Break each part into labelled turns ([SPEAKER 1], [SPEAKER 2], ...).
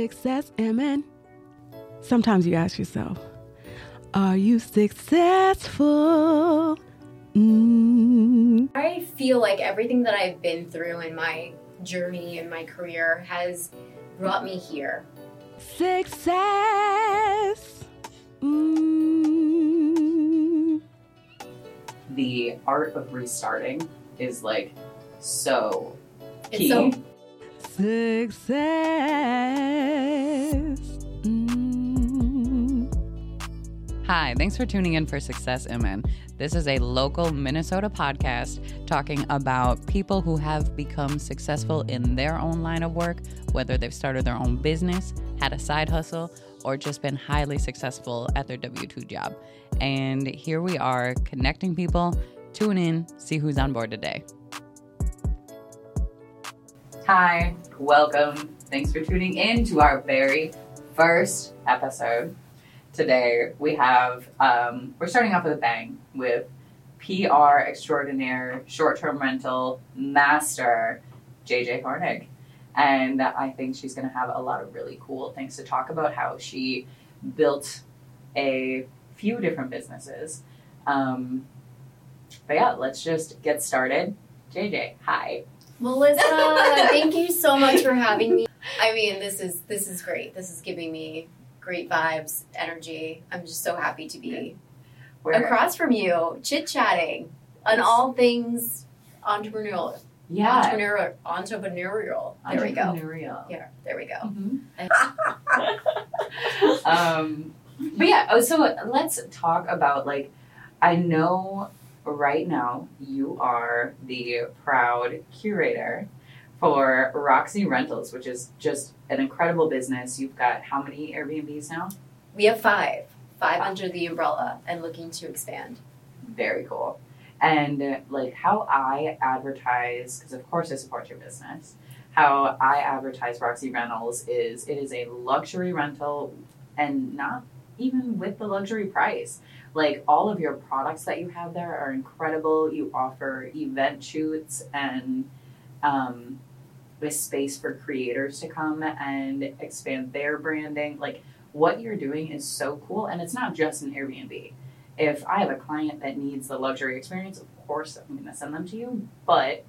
[SPEAKER 1] success, MN? Sometimes you ask yourself, are you successful? Mm.
[SPEAKER 2] I feel like everything that I've been through in my journey and my career has brought me here.
[SPEAKER 1] Success. Mm.
[SPEAKER 3] The art of restarting is like so
[SPEAKER 2] It's
[SPEAKER 3] key.
[SPEAKER 2] so-
[SPEAKER 1] Success. Mm.
[SPEAKER 4] Hi, thanks for tuning in for Success MN. This is a local Minnesota podcast talking about people who have become successful in their own line of work, whether they've started their own business, had a side hustle, or just been highly successful at their W 2 job. And here we are connecting people. Tune in, see who's on board today.
[SPEAKER 3] Hi, welcome. Thanks for tuning in to our very first episode. Today we have um, we're starting off with a bang with PR extraordinaire, short-term rental master JJ Hornig, and I think she's going to have a lot of really cool things to talk about. How she built a few different businesses. Um, but yeah, let's just get started. JJ, hi.
[SPEAKER 2] Melissa, thank you so much for having me. I mean, this is this is great. This is giving me great vibes, energy. I'm just so happy to be
[SPEAKER 3] We're-
[SPEAKER 2] across from you, chit chatting on all things entrepreneurial.
[SPEAKER 3] yeah.
[SPEAKER 2] Entrepreneurial. Entrepreneurial. There we go.
[SPEAKER 3] Entrepreneurial.
[SPEAKER 2] Yeah, there we go.
[SPEAKER 3] um, but yeah, oh, so let's talk about like, I know right now you are the proud curator for Roxy Rentals, which is just an incredible business. You've got how many Airbnbs now?
[SPEAKER 2] We have five, five under the umbrella, and looking to expand.
[SPEAKER 3] Very cool. And uh, like how I advertise, because of course I support your business. How I advertise Roxy Rentals is it is a luxury rental, and not even with the luxury price. Like all of your products that you have there are incredible. You offer event shoots and um, with space for creators to come and expand their branding. Like what you're doing is so cool, and it's not just an Airbnb if I have a client that needs the luxury experience, of course I'm going to send them to you. But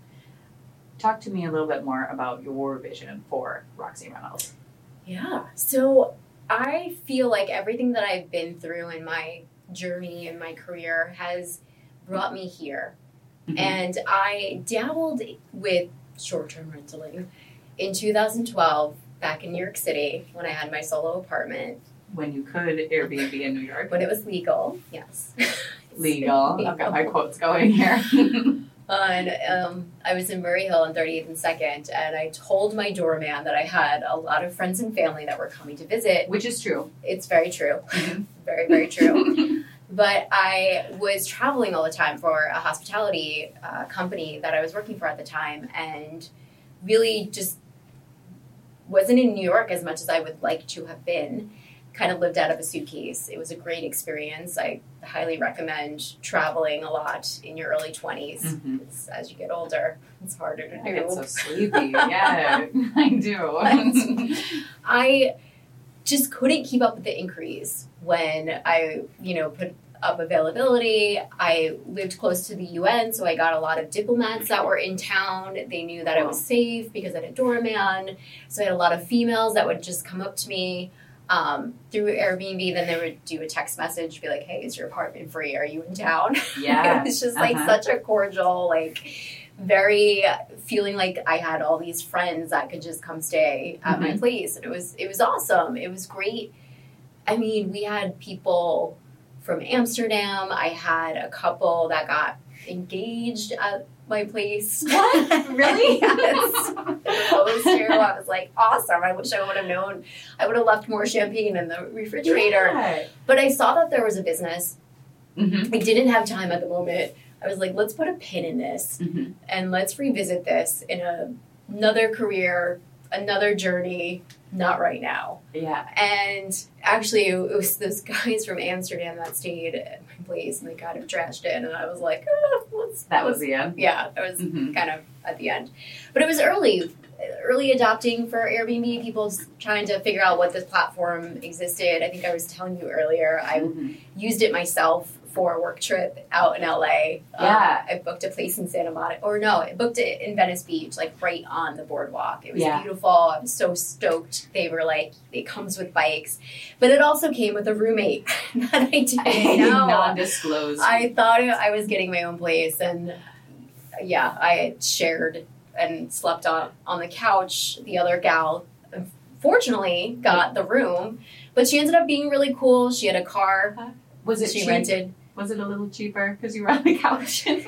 [SPEAKER 3] talk to me a little bit more about your vision for Roxy Reynolds.
[SPEAKER 2] Yeah. So I feel like everything that I've been through in my journey and my career has brought me here.
[SPEAKER 3] Mhm.
[SPEAKER 2] And I dabbled with short term rentaling in 2012 back in New York City when I had my solo apartment,
[SPEAKER 3] When you could Airbnb in New York,
[SPEAKER 2] when it was legal. Yes.
[SPEAKER 3] legal. I've got my quotes going here.
[SPEAKER 2] And um, I was in Murray Hill on 38th and 2nd, and I told my doorman that I had a lot of friends and family that were coming to visit.
[SPEAKER 3] Which is true.
[SPEAKER 2] It's very true.
[SPEAKER 3] Mhm.
[SPEAKER 2] very, very true. but I was traveling all the time for a hospitality uh, company that I was working for at the time, and really just wasn't in New York as much as I would like to have been. Kind of lived out of a suitcase. It was a great experience. I highly recommend traveling a lot in your early 20s.
[SPEAKER 3] Mhm.
[SPEAKER 2] It's- As you get older, it's harder to
[SPEAKER 3] I
[SPEAKER 2] do.
[SPEAKER 3] get so sleepy. Yeah, I do.
[SPEAKER 2] I just couldn't keep up with the increase when I, you know, put up availability. I lived close to the UN, so I got a lot of diplomats that were in town. They knew that I was safe because I had a doorman. So I had a lot of females that would just come up to me um, through Airbnb. Then they would do a text message, be like, "Hey, is your apartment free? Are you in town?"
[SPEAKER 3] yeah.
[SPEAKER 2] it was just like
[SPEAKER 3] Uh-huh.
[SPEAKER 2] such a cordial, like very feeling like I had all these friends that could just come stay at
[SPEAKER 3] Mm-hmm.
[SPEAKER 2] my place, and it was it was awesome. It was great. I mean, we had people from Amsterdam. I had a couple that got engaged at my place.
[SPEAKER 3] What? Really?
[SPEAKER 2] yes. Proposed to. I was like, awesome. I wish I would have known. I would have left more champagne in the refrigerator.
[SPEAKER 3] Yeah.
[SPEAKER 2] But I saw that there was a business
[SPEAKER 3] Mhm.
[SPEAKER 2] I didn't have time at the moment. I was like, let's put a pin in this
[SPEAKER 3] Mhm.
[SPEAKER 2] and let's revisit this in a, another career, another journey, not right now.
[SPEAKER 3] Yeah.
[SPEAKER 2] And actually, it was those guys from Amsterdam that stayed at my place and they kind of trashed it. And I was like, ah, let's,
[SPEAKER 3] That was
[SPEAKER 2] let's-
[SPEAKER 3] the end.
[SPEAKER 2] yeah, that was
[SPEAKER 3] Mhm.
[SPEAKER 2] kind of at the end. But it was early early adopting for Airbnb, people trying to figure out what this platform existed. I think I was telling you earlier, I
[SPEAKER 3] Mhm.
[SPEAKER 2] used it myself for a work trip out in LA. Um,
[SPEAKER 3] Yeah.
[SPEAKER 2] I booked a place in Santa Monica, or no, I booked it in Venice Beach, like right on the boardwalk. It was
[SPEAKER 3] Yeah.
[SPEAKER 2] beautiful. I was so stoked. They were like, it comes with bikes, but it also came with a roommate that I didn't know.
[SPEAKER 3] non-disclosed.
[SPEAKER 2] I thought I was getting my own place, and yeah, I shared and slept on on the couch. The other gal, fortunately, got the room, but she ended up being really cool. She had a car.
[SPEAKER 3] was it
[SPEAKER 2] she
[SPEAKER 3] cheap?
[SPEAKER 2] rented.
[SPEAKER 3] Was it a little cheaper because you were on the couch?
[SPEAKER 2] It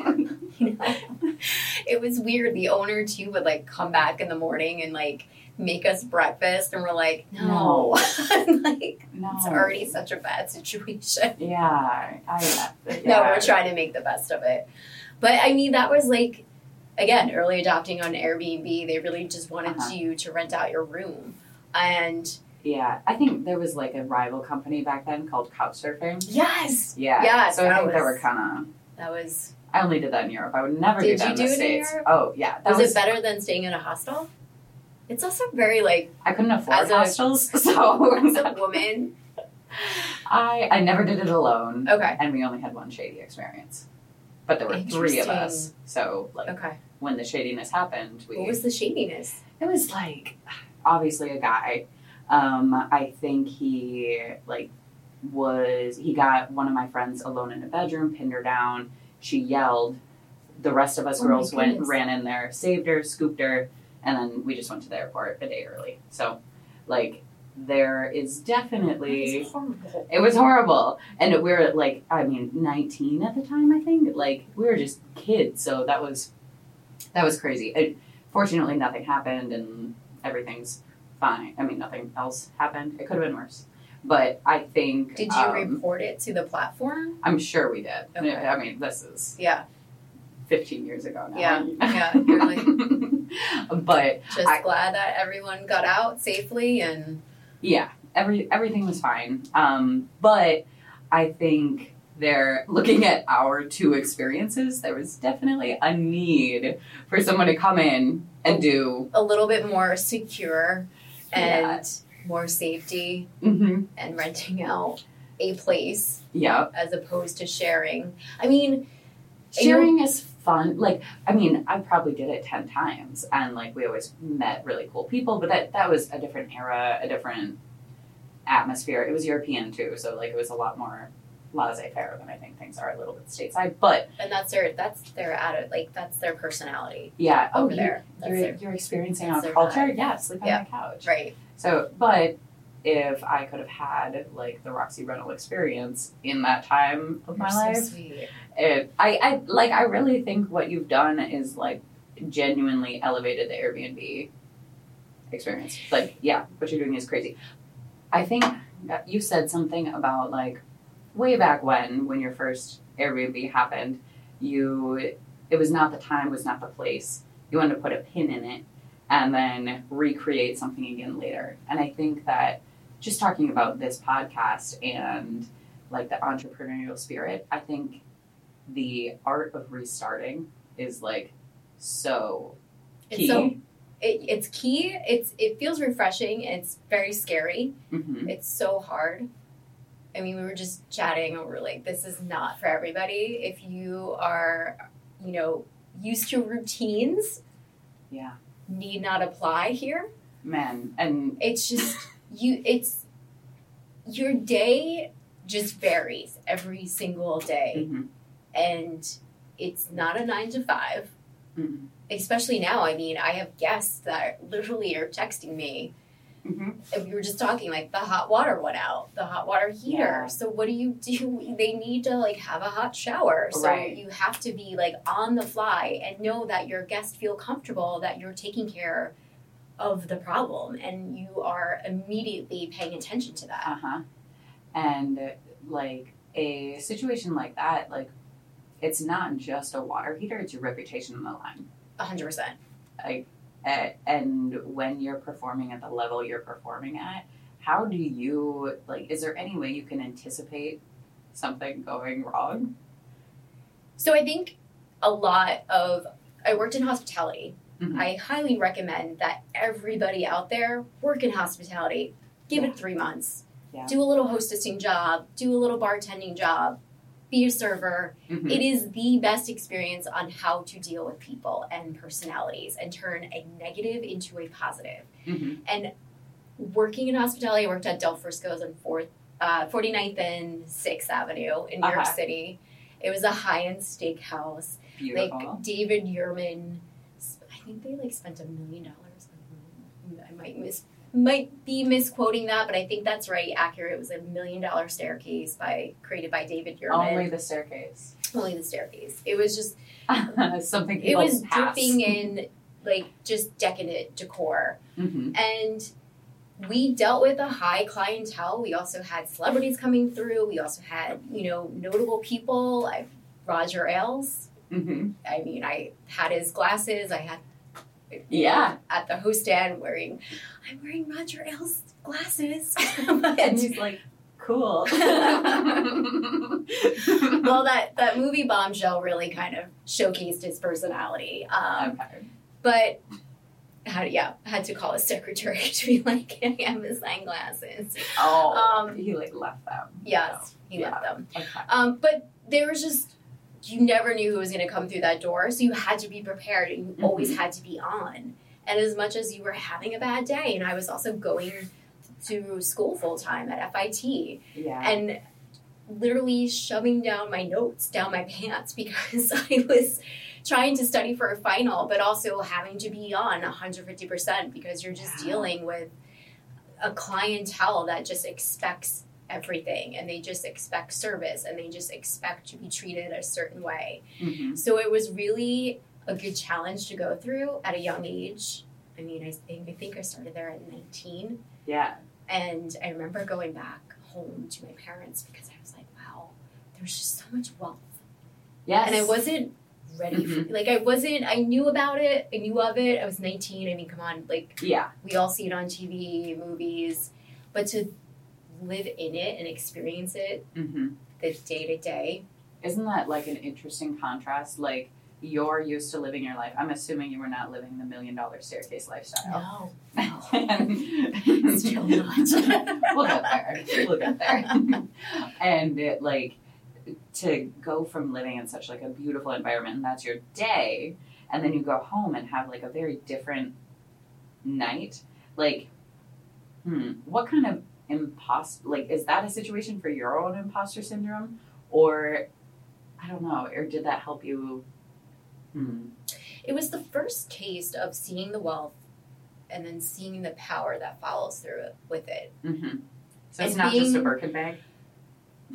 [SPEAKER 2] was weird. The owner too would like come back in the morning and like make us breakfast, and we're like, no, I'm like
[SPEAKER 3] no,
[SPEAKER 2] it's already such a bad situation.
[SPEAKER 3] Yeah, I. Yeah.
[SPEAKER 2] No, we're trying to make the best of it. But I mean, that was like, again, early adopting on Airbnb. They really just wanted
[SPEAKER 3] Uh-huh.
[SPEAKER 2] you to rent out your room. And
[SPEAKER 3] Yeah, I think there was like a rival company back then called Couchsurfing.
[SPEAKER 2] yes,
[SPEAKER 3] Yeah.
[SPEAKER 2] Yeah,
[SPEAKER 3] So I
[SPEAKER 2] that
[SPEAKER 3] think
[SPEAKER 2] was-
[SPEAKER 3] that were kind of.
[SPEAKER 2] that was.
[SPEAKER 3] I only did that in Europe. I would never do
[SPEAKER 2] Did
[SPEAKER 3] that
[SPEAKER 2] you
[SPEAKER 3] in
[SPEAKER 2] do
[SPEAKER 3] the
[SPEAKER 2] it in
[SPEAKER 3] states.
[SPEAKER 2] Europe?
[SPEAKER 3] Oh yeah, that
[SPEAKER 2] Was, it better than staying in a hostel? It's also very like
[SPEAKER 3] I couldn't afford
[SPEAKER 2] As a-
[SPEAKER 3] hostels, so
[SPEAKER 2] as a woman.
[SPEAKER 3] I I never did it alone,
[SPEAKER 2] Okay,
[SPEAKER 3] and we only had one shady experience. But there were three of us, so like
[SPEAKER 2] okay.
[SPEAKER 3] when the shadiness happened, we
[SPEAKER 2] What was the shadiness?
[SPEAKER 3] it was like obviously a guy um i think he like was he got one of my friends alone in a bedroom pinned her down she yelled the rest of us
[SPEAKER 2] Oh my
[SPEAKER 3] girls went
[SPEAKER 2] goodness.
[SPEAKER 3] ran in there saved her scooped her and then we just went to the airport a day early so like there is
[SPEAKER 2] That
[SPEAKER 3] definitely
[SPEAKER 2] is horrible.
[SPEAKER 3] it was horrible. And we were like, I mean, 19 at the time, I think. Like, we were just kids. So that was, that was crazy. And fortunately, nothing happened and everything's fine. I mean, nothing else happened. It could have been worse. But I think.
[SPEAKER 2] Did you
[SPEAKER 3] um,
[SPEAKER 2] report it to the platform?
[SPEAKER 3] I'm sure we did.
[SPEAKER 2] Okay.
[SPEAKER 3] I mean, this is
[SPEAKER 2] Yeah,
[SPEAKER 3] 15 years ago now.
[SPEAKER 2] Yeah, yeah, you're
[SPEAKER 3] but
[SPEAKER 2] just
[SPEAKER 3] I-
[SPEAKER 2] glad that everyone got out safely and
[SPEAKER 3] yeah, every everything was fine. Um, but I think there, looking at our two experiences, there was definitely a need for someone to come in and do.
[SPEAKER 2] a little bit more secure
[SPEAKER 3] Yeah.
[SPEAKER 2] and more safety.
[SPEAKER 3] Mm-hmm.
[SPEAKER 2] and renting out a place
[SPEAKER 3] Yeah,
[SPEAKER 2] as opposed to sharing. I mean,
[SPEAKER 3] sharing is fun. Like, I mean, I probably did it ten times, and like we always met really cool people. But that that was a different era, a different atmosphere. It was European too, so like it was a lot more laissez faire than I think things are a little bit stateside. But
[SPEAKER 2] and that's their that's their attitude, like that's their personality
[SPEAKER 3] Yeah.
[SPEAKER 2] over
[SPEAKER 3] Oh, you-
[SPEAKER 2] there. That's
[SPEAKER 3] You're,
[SPEAKER 2] their
[SPEAKER 3] you're experiencing
[SPEAKER 2] that's their
[SPEAKER 3] our culture. Yeah, sleep on
[SPEAKER 2] Yeah.
[SPEAKER 3] the couch.
[SPEAKER 2] right.
[SPEAKER 3] So, but if I could have had like the Roxy Rental experience in that time of my
[SPEAKER 2] You're so
[SPEAKER 3] life,
[SPEAKER 2] sweet.
[SPEAKER 3] it, I, I like I really think what you've done is like genuinely elevated the Airbnb experience. Like, yeah, what you're doing is crazy. I think that you said something about like way back when when your first Airbnb happened, you it was not the time, was not the place. You wanted to put a pin in it and then recreate something again later. And I think that just talking about this podcast and like the entrepreneurial spirit, I think the art of restarting is like so
[SPEAKER 2] It's
[SPEAKER 3] key.
[SPEAKER 2] so it, it's key. It's it feels refreshing. It's very scary.
[SPEAKER 3] Mhm.
[SPEAKER 2] It's so hard. I mean, we were just chatting and we are like, this is not for everybody. If you are, you know, used to routines,
[SPEAKER 3] Yeah.
[SPEAKER 2] need not apply here.
[SPEAKER 3] Man, and
[SPEAKER 2] it's just you it's your day just varies every single day
[SPEAKER 3] mhm,
[SPEAKER 2] and it's not a nine to five
[SPEAKER 3] mhm,
[SPEAKER 2] especially now i mean i have guests that literally are texting me
[SPEAKER 3] mhm.
[SPEAKER 2] and we were just talking like the hot water went out the hot water heater
[SPEAKER 3] Yeah.
[SPEAKER 2] so what do you do they need to like have a hot shower so
[SPEAKER 3] Right.
[SPEAKER 2] you have to be like on the fly and know that your guests feel comfortable that you're taking care of the problem and you are immediately paying attention to that
[SPEAKER 3] uh-huh. And uh, like a situation like that, like it's not just a water heater, it's your reputation on the line.
[SPEAKER 2] 100%
[SPEAKER 3] A- And when you're performing at the level you're performing at, how do you like is there any way you can anticipate something going wrong?
[SPEAKER 2] so i think a lot of i worked in hospitality
[SPEAKER 3] Mhm.
[SPEAKER 2] I highly recommend that everybody out there work in hospitality. Give it three months.
[SPEAKER 3] Yeah.
[SPEAKER 2] Do a little hostessing job, do a little bartending job, be a server.
[SPEAKER 3] Mhm.
[SPEAKER 2] It is the best experience on how to deal with people and personalities and turn a negative into a positive.
[SPEAKER 3] Mhm.
[SPEAKER 2] And working in hospitality, I worked at Del Frisco's on 4th, uh, 49th and 6th Avenue in New
[SPEAKER 3] Uh-huh.
[SPEAKER 2] York City. It was a high end steakhouse
[SPEAKER 3] Beautiful.
[SPEAKER 2] like David Yurman. sp- I think they like spent a million dollars. on- I might miss might be misquoting that, but I think that's right. Accurate. It was a million dollar staircase by created by David Yurman.
[SPEAKER 3] Only the staircase.
[SPEAKER 2] Only the staircase. It was just
[SPEAKER 3] Something
[SPEAKER 2] it was
[SPEAKER 3] pass.
[SPEAKER 2] dripping in like just decadent decor
[SPEAKER 3] Mhm.
[SPEAKER 2] and we dealt with a high clientele. We also had celebrities coming through. We also had, you know, notable people like Roger Ailes.
[SPEAKER 3] Mhm.
[SPEAKER 2] I mean, I had his glasses. I had
[SPEAKER 3] Yeah.
[SPEAKER 2] at the host stand wearing, I'm wearing Roger Ailes glasses.
[SPEAKER 3] And
[SPEAKER 2] and
[SPEAKER 3] he's like, cool.
[SPEAKER 2] well, that that movie Bombshell really kind of showcased his personality. Um,
[SPEAKER 3] okay.
[SPEAKER 2] but had yeah had to call his secretary to be like, I have his sunglasses.
[SPEAKER 3] Oh,
[SPEAKER 2] Um,
[SPEAKER 3] he like left them.
[SPEAKER 2] Yes, he left them.
[SPEAKER 3] So, okay.
[SPEAKER 2] Um, but there was just you never knew who was going to come through that door, so you had to be prepared, and you
[SPEAKER 3] Mhm.
[SPEAKER 2] always had to be on. And as much as you were having a bad day, and I was also going to school full time at FIT,
[SPEAKER 3] Yeah.
[SPEAKER 2] and literally shoving down my notes down my pants because I was trying to study for a final, but also having to be on 150% because you're just
[SPEAKER 3] Yeah.
[SPEAKER 2] dealing with a clientele that just expects everything and they just expect service and they just expect to be treated a certain way.
[SPEAKER 3] Mhm.
[SPEAKER 2] So it was really a good challenge to go through at a young age. I mean, I think I think I started there at 19.
[SPEAKER 3] Yeah.
[SPEAKER 2] And I remember going back home to my parents because I was like, wow, there's just so much wealth.
[SPEAKER 3] Yes.
[SPEAKER 2] And I wasn't ready for like I wasn't I knew about it, I knew of it. I was 19. I mean, come on, like
[SPEAKER 3] Yeah.
[SPEAKER 2] we all see it on TV, movies, but to live in it and experience it
[SPEAKER 3] Mm-hmm.
[SPEAKER 2] the day to day.
[SPEAKER 3] Isn't that like an interesting contrast? Like you're used to living your life. I'm assuming you were not living the million dollar staircase lifestyle.
[SPEAKER 2] No. Still
[SPEAKER 3] Still
[SPEAKER 2] not.
[SPEAKER 3] we'll get there. We'll get there. and it, like to go from living in such like a beautiful environment and that's your day, and then you go home and have like a very different night. Like, hmm, what kind of imposter? Like, is that a situation for your own imposter syndrome, or I don't know, or did that help you? Hmm.
[SPEAKER 2] It was the first taste of seeing the wealth and then seeing the power that follows through it, with it.
[SPEAKER 3] Mm-hmm. So it's
[SPEAKER 2] And
[SPEAKER 3] not just a
[SPEAKER 2] being-
[SPEAKER 3] Birkin bag.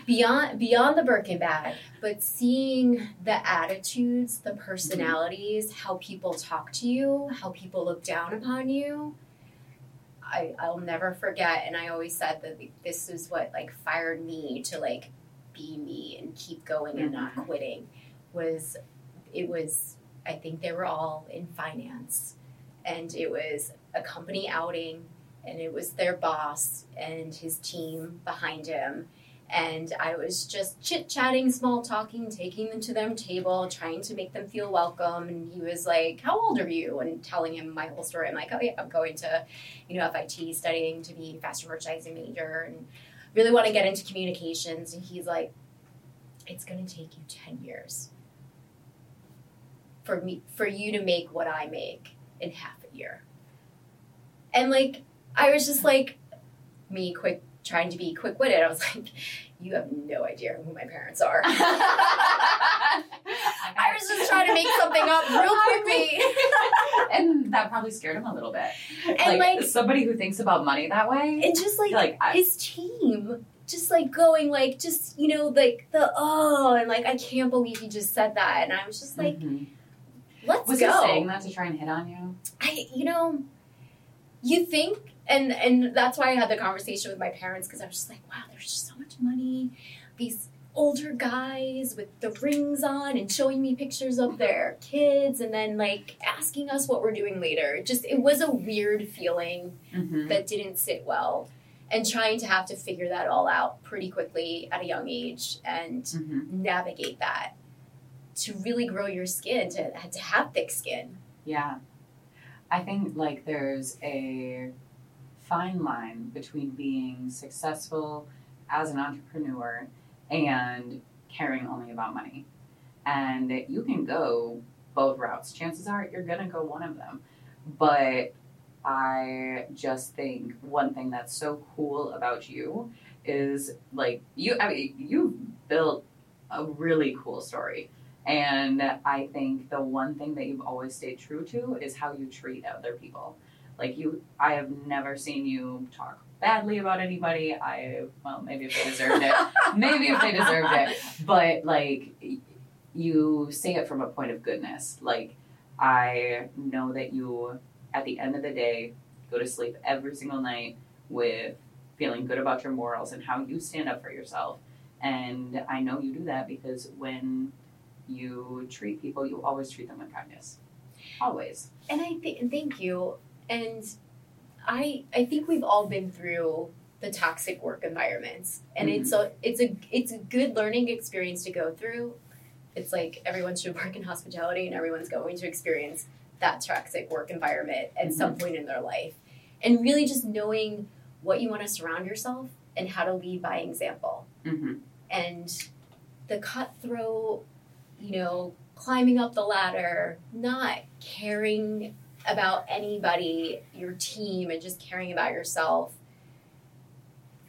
[SPEAKER 2] beyond beyond the Birkin bag, but seeing the attitudes, the personalities, how people talk to you, how people look down upon you. I, I'll never forget and I always said that this is what like fired me to like be me and keep going and not
[SPEAKER 3] Mhm.
[SPEAKER 2] quitting was it was I think they were all in finance and it was a company outing and it was their boss and his team behind him and I was just chit chatting, small talking, taking them to their table, trying to make them feel welcome. And he was like, "How old are you?" and telling him my whole story. I'm like, "Oh yeah, I'm going to, you know, FIT, studying to be fashion merchandising major, and really want to get into communications." And he's like, "It's going to take you ten years for me for you to make what I make in half a year." And like, I was just like, me quick trying to be quick witted. I was like, you have no idea who my parents are. I was just trying to make something up real
[SPEAKER 3] I
[SPEAKER 2] quickly.
[SPEAKER 3] and that probably scared him a little bit.
[SPEAKER 2] And, like-
[SPEAKER 3] somebody who thinks about money that way,
[SPEAKER 2] and just like,
[SPEAKER 3] like I,
[SPEAKER 2] his team just like going like just you know like the oh and like I can't believe he just said that and I was just like
[SPEAKER 3] Mhm.
[SPEAKER 2] let's
[SPEAKER 3] was
[SPEAKER 2] go.
[SPEAKER 3] he saying that to try and hit on you?
[SPEAKER 2] I you know you think and and that's why I had the conversation with my parents because I was just like wow there's just so much money these older guys with the rings on and showing me pictures of their kids and then like asking us what we're doing later It just it was a weird feeling
[SPEAKER 3] Mm-hmm.
[SPEAKER 2] that didn't sit well and trying to have to figure that all out pretty quickly at a young age and
[SPEAKER 3] Mm-hmm.
[SPEAKER 2] navigate that to really grow your skin to to have thick skin
[SPEAKER 3] Yeah, I think like there's a fine line between being successful as an entrepreneur and caring only about money. And you can go both routes. Chances are you're going to go one of them. But I just think one thing that's so cool about you is like you I mean you built a really cool story. And I think the one thing that you've always stayed true to is how you treat other people. Like you, I have never seen you talk badly about anybody. I well, maybe if they deserved it, maybe if they deserved it, but like y- you say it from a point of goodness. Like I know that you, at the end of the day, go to sleep every single night with feeling good about your morals and how you stand up for yourself. And I know you do that because when you treat people, you always treat them with kindness. Always.
[SPEAKER 2] and I think thank you. And I I think we've all been through the toxic work environments, and it's a it's a it's a good learning experience to go through. It's like everyone should work in hospitality, and everyone's going to experience that toxic work environment at some point in their life, and really just knowing what you want to surround yourself and how to lead by example
[SPEAKER 3] Mm-hmm.
[SPEAKER 2] and the cutthroat, you know, climbing up the ladder, not caring about anybody, your team, and just caring about yourself.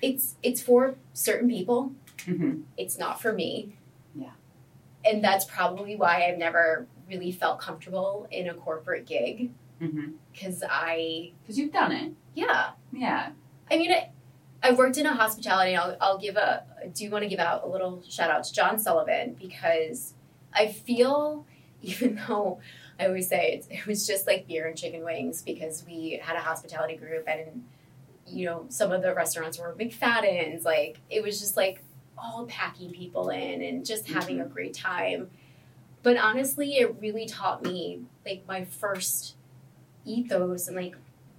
[SPEAKER 2] It's it's for certain people.
[SPEAKER 3] Mm-hmm.
[SPEAKER 2] It's not for me.
[SPEAKER 3] Yeah.
[SPEAKER 2] And that's probably why I've never really felt comfortable in a corporate gig
[SPEAKER 3] Mm-hmm.
[SPEAKER 2] because I
[SPEAKER 3] Because you've done it.
[SPEAKER 2] yeah
[SPEAKER 3] Yeah.
[SPEAKER 2] I mean, I, I worked in a hospitality. I'll, I'll give a I do want to give out a little shout out to John Sullivan because I feel even though I always say it's, it was just like beer and chicken wings because we had a hospitality group and you know some of the restaurants were McFadden's. Like it was just like all packing people in and just having a great time. But honestly, it really taught me like my first ethos and like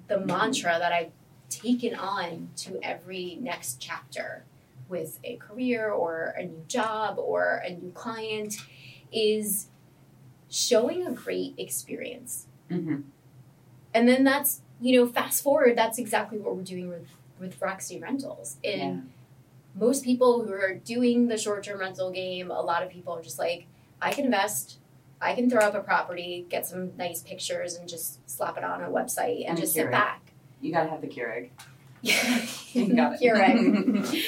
[SPEAKER 2] the mantra that I've taken on to every next chapter with a career or a new job or a new client is showing a great experience.
[SPEAKER 3] Mm-hmm.
[SPEAKER 2] And then that's, you know, fast forward, that's exactly what we're doing with, with Roxy Rentals. And
[SPEAKER 3] Yeah.
[SPEAKER 2] most people who are doing the short term rental game, a lot of people are just like, I can invest, I can throw up a property, get some nice pictures, and just slap it on a website and,
[SPEAKER 3] And
[SPEAKER 2] just
[SPEAKER 3] curate.
[SPEAKER 2] sit back.
[SPEAKER 3] You gotta have the Keurig. You got it.
[SPEAKER 2] You're right.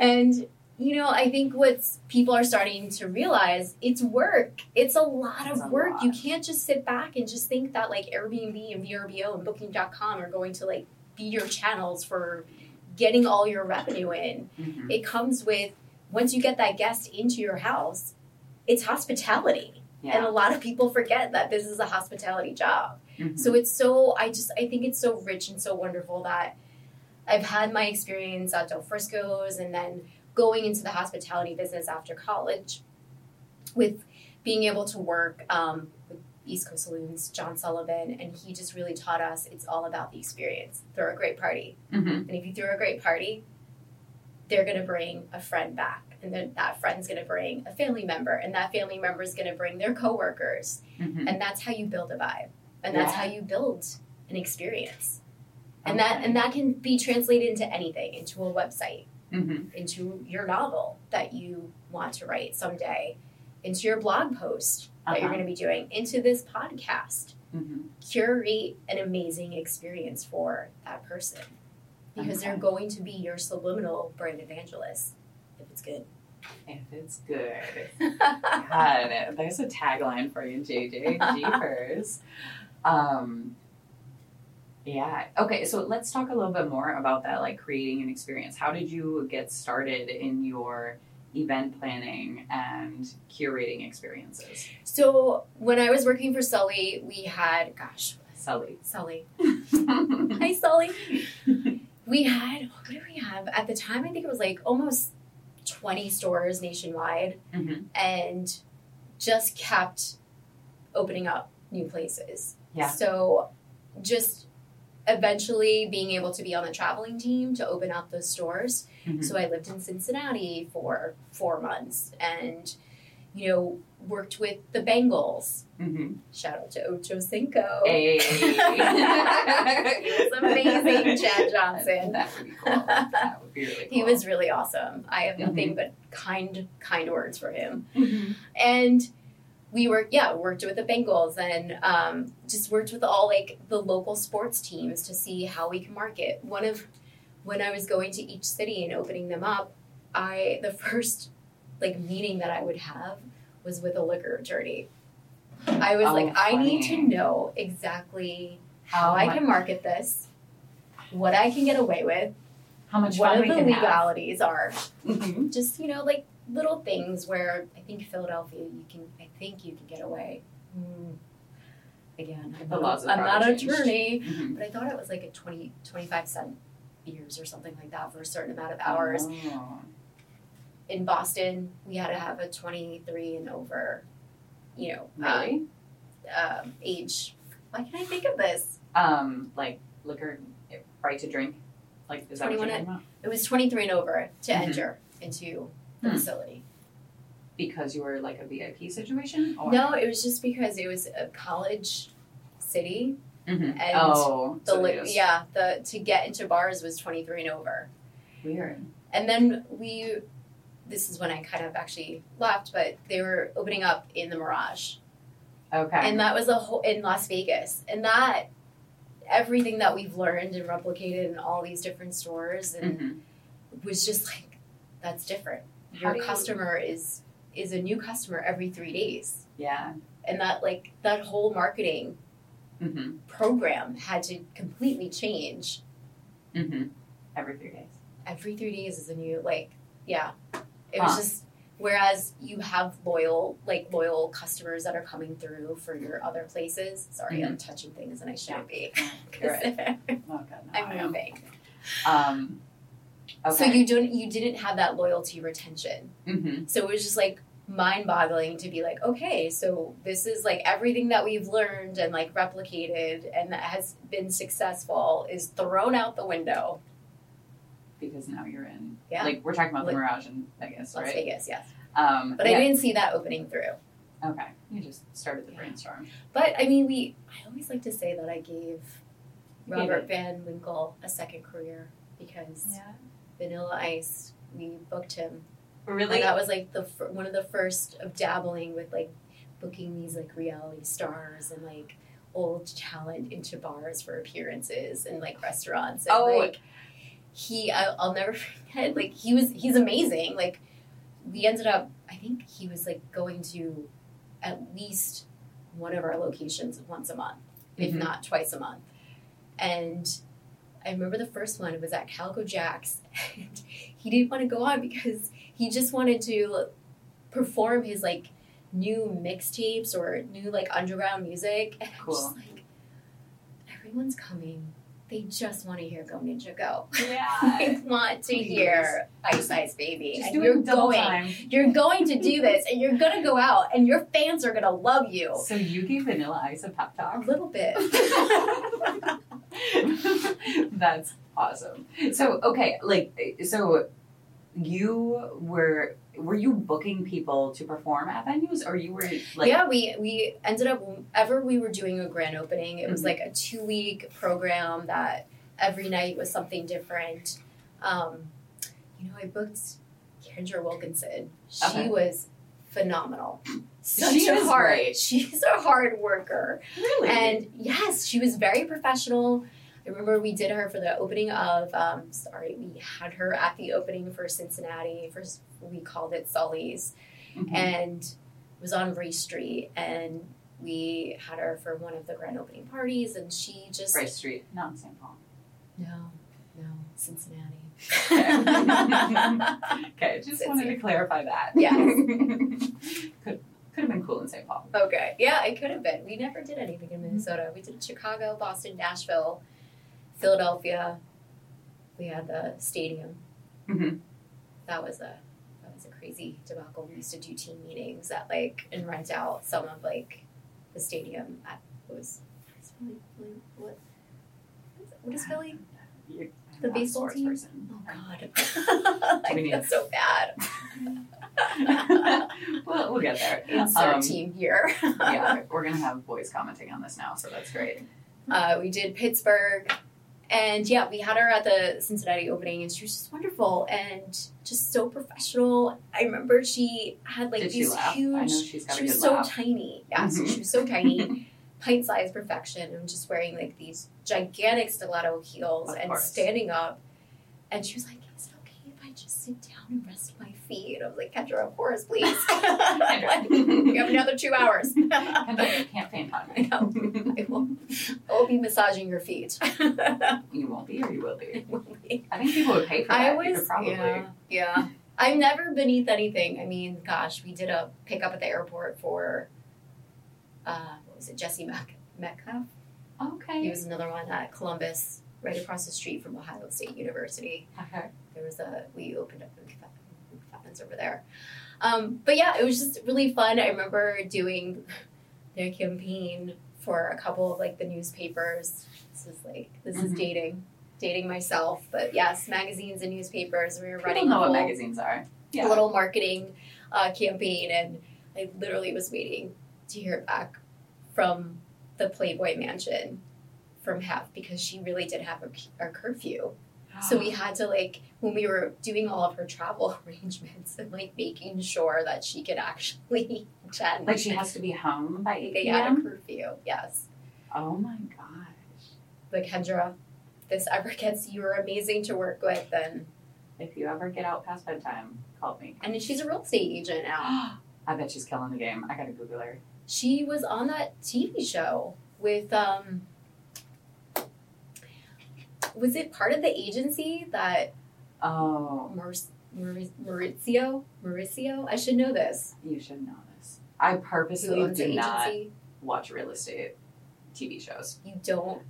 [SPEAKER 2] And you know, I think what's people are starting to realize it's work. It's a lot
[SPEAKER 3] It's
[SPEAKER 2] of
[SPEAKER 3] a
[SPEAKER 2] work.
[SPEAKER 3] lot.
[SPEAKER 2] You can't just sit back and just think that like Airbnb and VRBO and booking.com are going to like be your channels for getting all your revenue in.
[SPEAKER 3] Mhm.
[SPEAKER 2] It comes with once you get that guest into your house, it's hospitality. And
[SPEAKER 3] Yeah.
[SPEAKER 2] a lot of people forget that this is a hospitality job.
[SPEAKER 3] Mhm.
[SPEAKER 2] So it's so I just I think it's so rich and so wonderful that I've had my experience at Del Frisco's and then going into the hospitality business after college with being able to work um, with East Coast Saloons, John Sullivan, and he just really taught us it's all about the experience. Throw a great party.
[SPEAKER 3] Mhm.
[SPEAKER 2] And if you throw a great party, they're going to bring a friend back. And then that friend's going to bring a family member. And that family member is going to bring their coworkers
[SPEAKER 3] Mhm.
[SPEAKER 2] and that's how you build a vibe and that's
[SPEAKER 3] Yeah.
[SPEAKER 2] how you build an experience and that and that can be translated into anything into a website
[SPEAKER 3] Mhm.
[SPEAKER 2] into your novel that you want to write someday into your blog post that you're
[SPEAKER 3] Uh-huh.
[SPEAKER 2] going to be doing into this podcast
[SPEAKER 3] Mhm.
[SPEAKER 2] curate an amazing experience for that person because they're
[SPEAKER 3] Okay.
[SPEAKER 2] going to be your subliminal brand evangelist if it's good
[SPEAKER 3] If it's good. God, there's a tagline for you, JJ. Jeepers. Um, yeah. Okay, so let's talk a little bit more about that, like creating an experience. How did you get started in your event planning and curating experiences?
[SPEAKER 2] so when i was working for sully we had gosh
[SPEAKER 3] Sully.
[SPEAKER 2] sully
[SPEAKER 3] mm-hmm.
[SPEAKER 2] Hi, Sully. we had, what did we have? At the time, I think it was like almost 20 stores nationwide and just kept opening up new places.
[SPEAKER 3] Yeah.
[SPEAKER 2] So just eventually being able to be on the traveling team to open up those stores.
[SPEAKER 3] Mhm.
[SPEAKER 2] So I lived in Cincinnati for four months and you know, worked with the Bengals.
[SPEAKER 3] Mm-hmm.
[SPEAKER 2] Shout out to Ocho Cinco.
[SPEAKER 3] Hey.
[SPEAKER 2] he was amazing, Chad Johnson.
[SPEAKER 3] That would be cool. That would be really cool.
[SPEAKER 2] He was really awesome. I
[SPEAKER 3] Mm-hmm.
[SPEAKER 2] have nothing but kind, kind words for him. And we were, yeah, worked with the Bengals and um, just worked with all like the local sports teams to see how we can market. One of when I was going to each city and opening them up, I the first like meeting that I would have was with a liquor attorney. I was
[SPEAKER 3] Oh,
[SPEAKER 2] like, I need to
[SPEAKER 3] funny.
[SPEAKER 2] know exactly how
[SPEAKER 3] Oh
[SPEAKER 2] I
[SPEAKER 3] my-
[SPEAKER 2] can market this, what I can get away with,
[SPEAKER 3] How much
[SPEAKER 2] what
[SPEAKER 3] fun
[SPEAKER 2] are
[SPEAKER 3] we
[SPEAKER 2] the
[SPEAKER 3] can
[SPEAKER 2] legalities are.
[SPEAKER 3] have. Mhm.
[SPEAKER 2] Just you know, like little things where I think Philadelphia, you can, I think you can get away. Hmm. Again, I'm
[SPEAKER 3] The
[SPEAKER 2] not,
[SPEAKER 3] laws
[SPEAKER 2] a-
[SPEAKER 3] have
[SPEAKER 2] I'm not an
[SPEAKER 3] probably changed.
[SPEAKER 2] attorney,
[SPEAKER 3] Mhm.
[SPEAKER 2] but I thought it was like a 20, 25 cent beers or something like that for a certain amount of hours.
[SPEAKER 3] Oh.
[SPEAKER 2] In Boston, we had to have a 23 and over, you know, uh,
[SPEAKER 3] Really?
[SPEAKER 2] um, age. Why can't I think of this?
[SPEAKER 3] Um, like liquor, right to drink? Like, is that what you're
[SPEAKER 2] 21
[SPEAKER 3] talking about?
[SPEAKER 2] It was 23 and over to
[SPEAKER 3] Mhm.
[SPEAKER 2] enter into the
[SPEAKER 3] Hmm.
[SPEAKER 2] facility.
[SPEAKER 3] Because you were like a VIP situation? Or?
[SPEAKER 2] No, it was just because it was a college city.
[SPEAKER 3] Mhm.
[SPEAKER 2] And
[SPEAKER 3] oh,
[SPEAKER 2] The
[SPEAKER 3] so
[SPEAKER 2] li-
[SPEAKER 3] it is.
[SPEAKER 2] yeah, the to get into bars was 23 and over.
[SPEAKER 3] Weird.
[SPEAKER 2] And then we this is when I kind of actually left, but they were opening up in the Mirage.
[SPEAKER 3] Okay.
[SPEAKER 2] And that was a whole in Las Vegas. And that everything that we've learned and replicated in all these different stores and
[SPEAKER 3] Mhm.
[SPEAKER 2] was just like that's different.
[SPEAKER 3] How
[SPEAKER 2] Your
[SPEAKER 3] do you-
[SPEAKER 2] customer is is a new customer every 3 days.
[SPEAKER 3] Yeah.
[SPEAKER 2] And that like that whole marketing
[SPEAKER 3] Mm-hmm.
[SPEAKER 2] program had to completely change.
[SPEAKER 3] Mm-hmm. Every three days.
[SPEAKER 2] Every 3 days is a new like yeah. It was
[SPEAKER 3] Huh.
[SPEAKER 2] just whereas you have loyal like loyal customers that are coming through for your other places. Sorry, I'm touching things and I shouldn't be. 'Cause
[SPEAKER 3] Mm-hmm. You're right. Oh, God, no, I
[SPEAKER 2] I'm
[SPEAKER 3] am.
[SPEAKER 2] moving.
[SPEAKER 3] Um, okay.
[SPEAKER 2] So you don't you didn't have that loyalty retention.
[SPEAKER 3] Mm-hmm.
[SPEAKER 2] So it was just like mind boggling to be like, okay, so this is like everything that we've learned and like replicated and that has been successful is thrown out the window.
[SPEAKER 3] Because now you're in.
[SPEAKER 2] Yeah.
[SPEAKER 3] Like, we're talking about
[SPEAKER 2] Like-
[SPEAKER 3] the Mirage and Vegas,
[SPEAKER 2] Las
[SPEAKER 3] right?
[SPEAKER 2] Vegas, yes.
[SPEAKER 3] Um,
[SPEAKER 2] But I
[SPEAKER 3] yeah.
[SPEAKER 2] didn't see that opening through.
[SPEAKER 3] Okay. You just started the
[SPEAKER 2] Yeah.
[SPEAKER 3] brainstorm.
[SPEAKER 2] But I mean we I always like to say that I gave
[SPEAKER 3] You
[SPEAKER 2] Robert Van Winkle a second career because
[SPEAKER 3] Yeah.
[SPEAKER 2] Vanilla Ice, we booked him
[SPEAKER 3] Really?
[SPEAKER 2] And that was like the fir- one of the first of dabbling with like booking these like reality stars and like old talent into bars for appearances and like restaurants. And,
[SPEAKER 3] Oh.
[SPEAKER 2] like he, I, I'll never forget. Like he was, he's amazing. Like we ended up, I think he was like going to at least one of our locations once a month, if
[SPEAKER 3] Mhm.
[SPEAKER 2] not twice a month, and. I remember the first one was at Calico Jack's, and he didn't want to go on because he just wanted to perform his like new mixtapes or new like underground music and I'm just
[SPEAKER 3] Cool.
[SPEAKER 2] like everyone's coming they just want to hear go ninja go
[SPEAKER 3] Yeah.
[SPEAKER 2] they want to
[SPEAKER 3] Uh, Please.
[SPEAKER 2] hear ice ice baby
[SPEAKER 3] just
[SPEAKER 2] and
[SPEAKER 3] doing
[SPEAKER 2] you're
[SPEAKER 3] double
[SPEAKER 2] going
[SPEAKER 3] time.
[SPEAKER 2] you're going to do this and you're gonna go out and your fans are gonna love you
[SPEAKER 3] So you gave Vanilla Ice a pep
[SPEAKER 2] a
[SPEAKER 3] talk.
[SPEAKER 2] little bit
[SPEAKER 3] That's awesome. So okay, like so you were were you booking people to perform at venues or you were like
[SPEAKER 2] yeah, we we ended up whenever we were doing a grand opening, it was
[SPEAKER 3] Mhm.
[SPEAKER 2] like a two week program that every night was something different. Um, you know, I booked Kendra Wilkinson. She
[SPEAKER 3] Okay.
[SPEAKER 2] was phenomenal. Such
[SPEAKER 3] She
[SPEAKER 2] a
[SPEAKER 3] is
[SPEAKER 2] hard.
[SPEAKER 3] great.
[SPEAKER 2] She's a hard worker.
[SPEAKER 3] really
[SPEAKER 2] And yes, she was very professional. I remember we did her for the opening of, um, sorry, we had her at the opening for Cincinnati. First, we called it Sully's Mm-hmm.
[SPEAKER 3] Mhm.
[SPEAKER 2] and it was on Race Street. And we had her for one of the grand opening parties. And she just,
[SPEAKER 3] Rice Street, not St. Paul.
[SPEAKER 2] no, no, Cincinnati.
[SPEAKER 3] Okay, just wanted to clarify that.
[SPEAKER 2] Yes.
[SPEAKER 3] could could have been cool in St. Paul.
[SPEAKER 2] Okay. Yeah, it could have been. We never did anything in Minnesota. We did Chicago, Boston, Nashville, Philadelphia. We had the stadium. Mm-hmm.
[SPEAKER 3] Mhm.
[SPEAKER 2] That was a that was a crazy debacle. We used to do team meetings at like and rent out some of like the stadium at it was it's Philly, Philly, what what is Philly?
[SPEAKER 3] You're-
[SPEAKER 2] The
[SPEAKER 3] I'm not a
[SPEAKER 2] baseball
[SPEAKER 3] sports
[SPEAKER 2] team?
[SPEAKER 3] person.
[SPEAKER 2] Oh God, I
[SPEAKER 3] We need-
[SPEAKER 2] feel so bad.
[SPEAKER 3] we'll, we'll get there.
[SPEAKER 2] Insert
[SPEAKER 3] Um,
[SPEAKER 2] team here.
[SPEAKER 3] Yeah, we're gonna have boys commenting on this now, so that's great.
[SPEAKER 2] Uh, we did Pittsburgh. And yeah, we had her at the Cincinnati opening, and she was just wonderful and just so professional. I remember she had like
[SPEAKER 3] Did she
[SPEAKER 2] these
[SPEAKER 3] laugh? I know
[SPEAKER 2] huge.
[SPEAKER 3] she's got
[SPEAKER 2] she
[SPEAKER 3] a good
[SPEAKER 2] was so
[SPEAKER 3] laugh.
[SPEAKER 2] tiny. Yeah, so
[SPEAKER 3] Mhm.
[SPEAKER 2] she was so tiny, pint sized perfection. and just wearing like these gigantic stiletto heels
[SPEAKER 3] Of
[SPEAKER 2] and
[SPEAKER 3] course.
[SPEAKER 2] standing up. And she was like, "Is it okay if I just sit down and rest my feet?" I was like, "Kendra, of course, please. like, we have another two hours.
[SPEAKER 3] And
[SPEAKER 2] I
[SPEAKER 3] I can't faint on
[SPEAKER 2] I know. will, I will be massaging your feet."
[SPEAKER 3] you won't be, or you will be.
[SPEAKER 2] It will be.
[SPEAKER 3] I think people would pay for that.
[SPEAKER 2] I
[SPEAKER 3] You
[SPEAKER 2] was
[SPEAKER 3] could probably.
[SPEAKER 2] yeah, yeah. I'm never beneath anything. I mean, gosh, we did a pickup at the airport for uh, what was it, Jesse Mac- Metcalf? He
[SPEAKER 3] Okay.
[SPEAKER 2] was another one at Columbus, right across the street from Ohio State University.
[SPEAKER 3] Okay.
[SPEAKER 2] There was a we opened up McFadden's over there. Um, but yeah, it was just really fun. I remember doing their campaign for a couple of like the newspapers. This is like this is
[SPEAKER 3] Mhm.
[SPEAKER 2] dating. Dating myself, but yes, magazines and newspapers. We were
[SPEAKER 3] People
[SPEAKER 2] running
[SPEAKER 3] know
[SPEAKER 2] a
[SPEAKER 3] what
[SPEAKER 2] whole-
[SPEAKER 3] magazines are. Yeah.
[SPEAKER 2] a little marketing uh, campaign, and I literally was waiting to hear back from the Playboy Mansion from half because she really did have a, cu- a curfew. So we had to like when we were doing all of her travel arrangements and like making sure that she could actually attend.
[SPEAKER 3] like she has to be home by eight
[SPEAKER 2] they had a
[SPEAKER 3] p.m.
[SPEAKER 2] curfew. Yes,
[SPEAKER 3] Oh my gosh!
[SPEAKER 2] but Kendra, if this ever gets you are amazing to work with, then
[SPEAKER 3] If you ever get out past bedtime, call me.
[SPEAKER 2] and she's a real estate agent now.
[SPEAKER 3] I bet she's killing the game. I gotta Google her.
[SPEAKER 2] she was on that TV show with um was it part of the agency that
[SPEAKER 3] Oh,
[SPEAKER 2] Mar- Mar- Maurizio Maurizio I should know this
[SPEAKER 3] you should know this. I
[SPEAKER 2] who
[SPEAKER 3] purposely
[SPEAKER 2] owns the
[SPEAKER 3] do not
[SPEAKER 2] agency
[SPEAKER 3] watch real estate TV shows.
[SPEAKER 2] you don't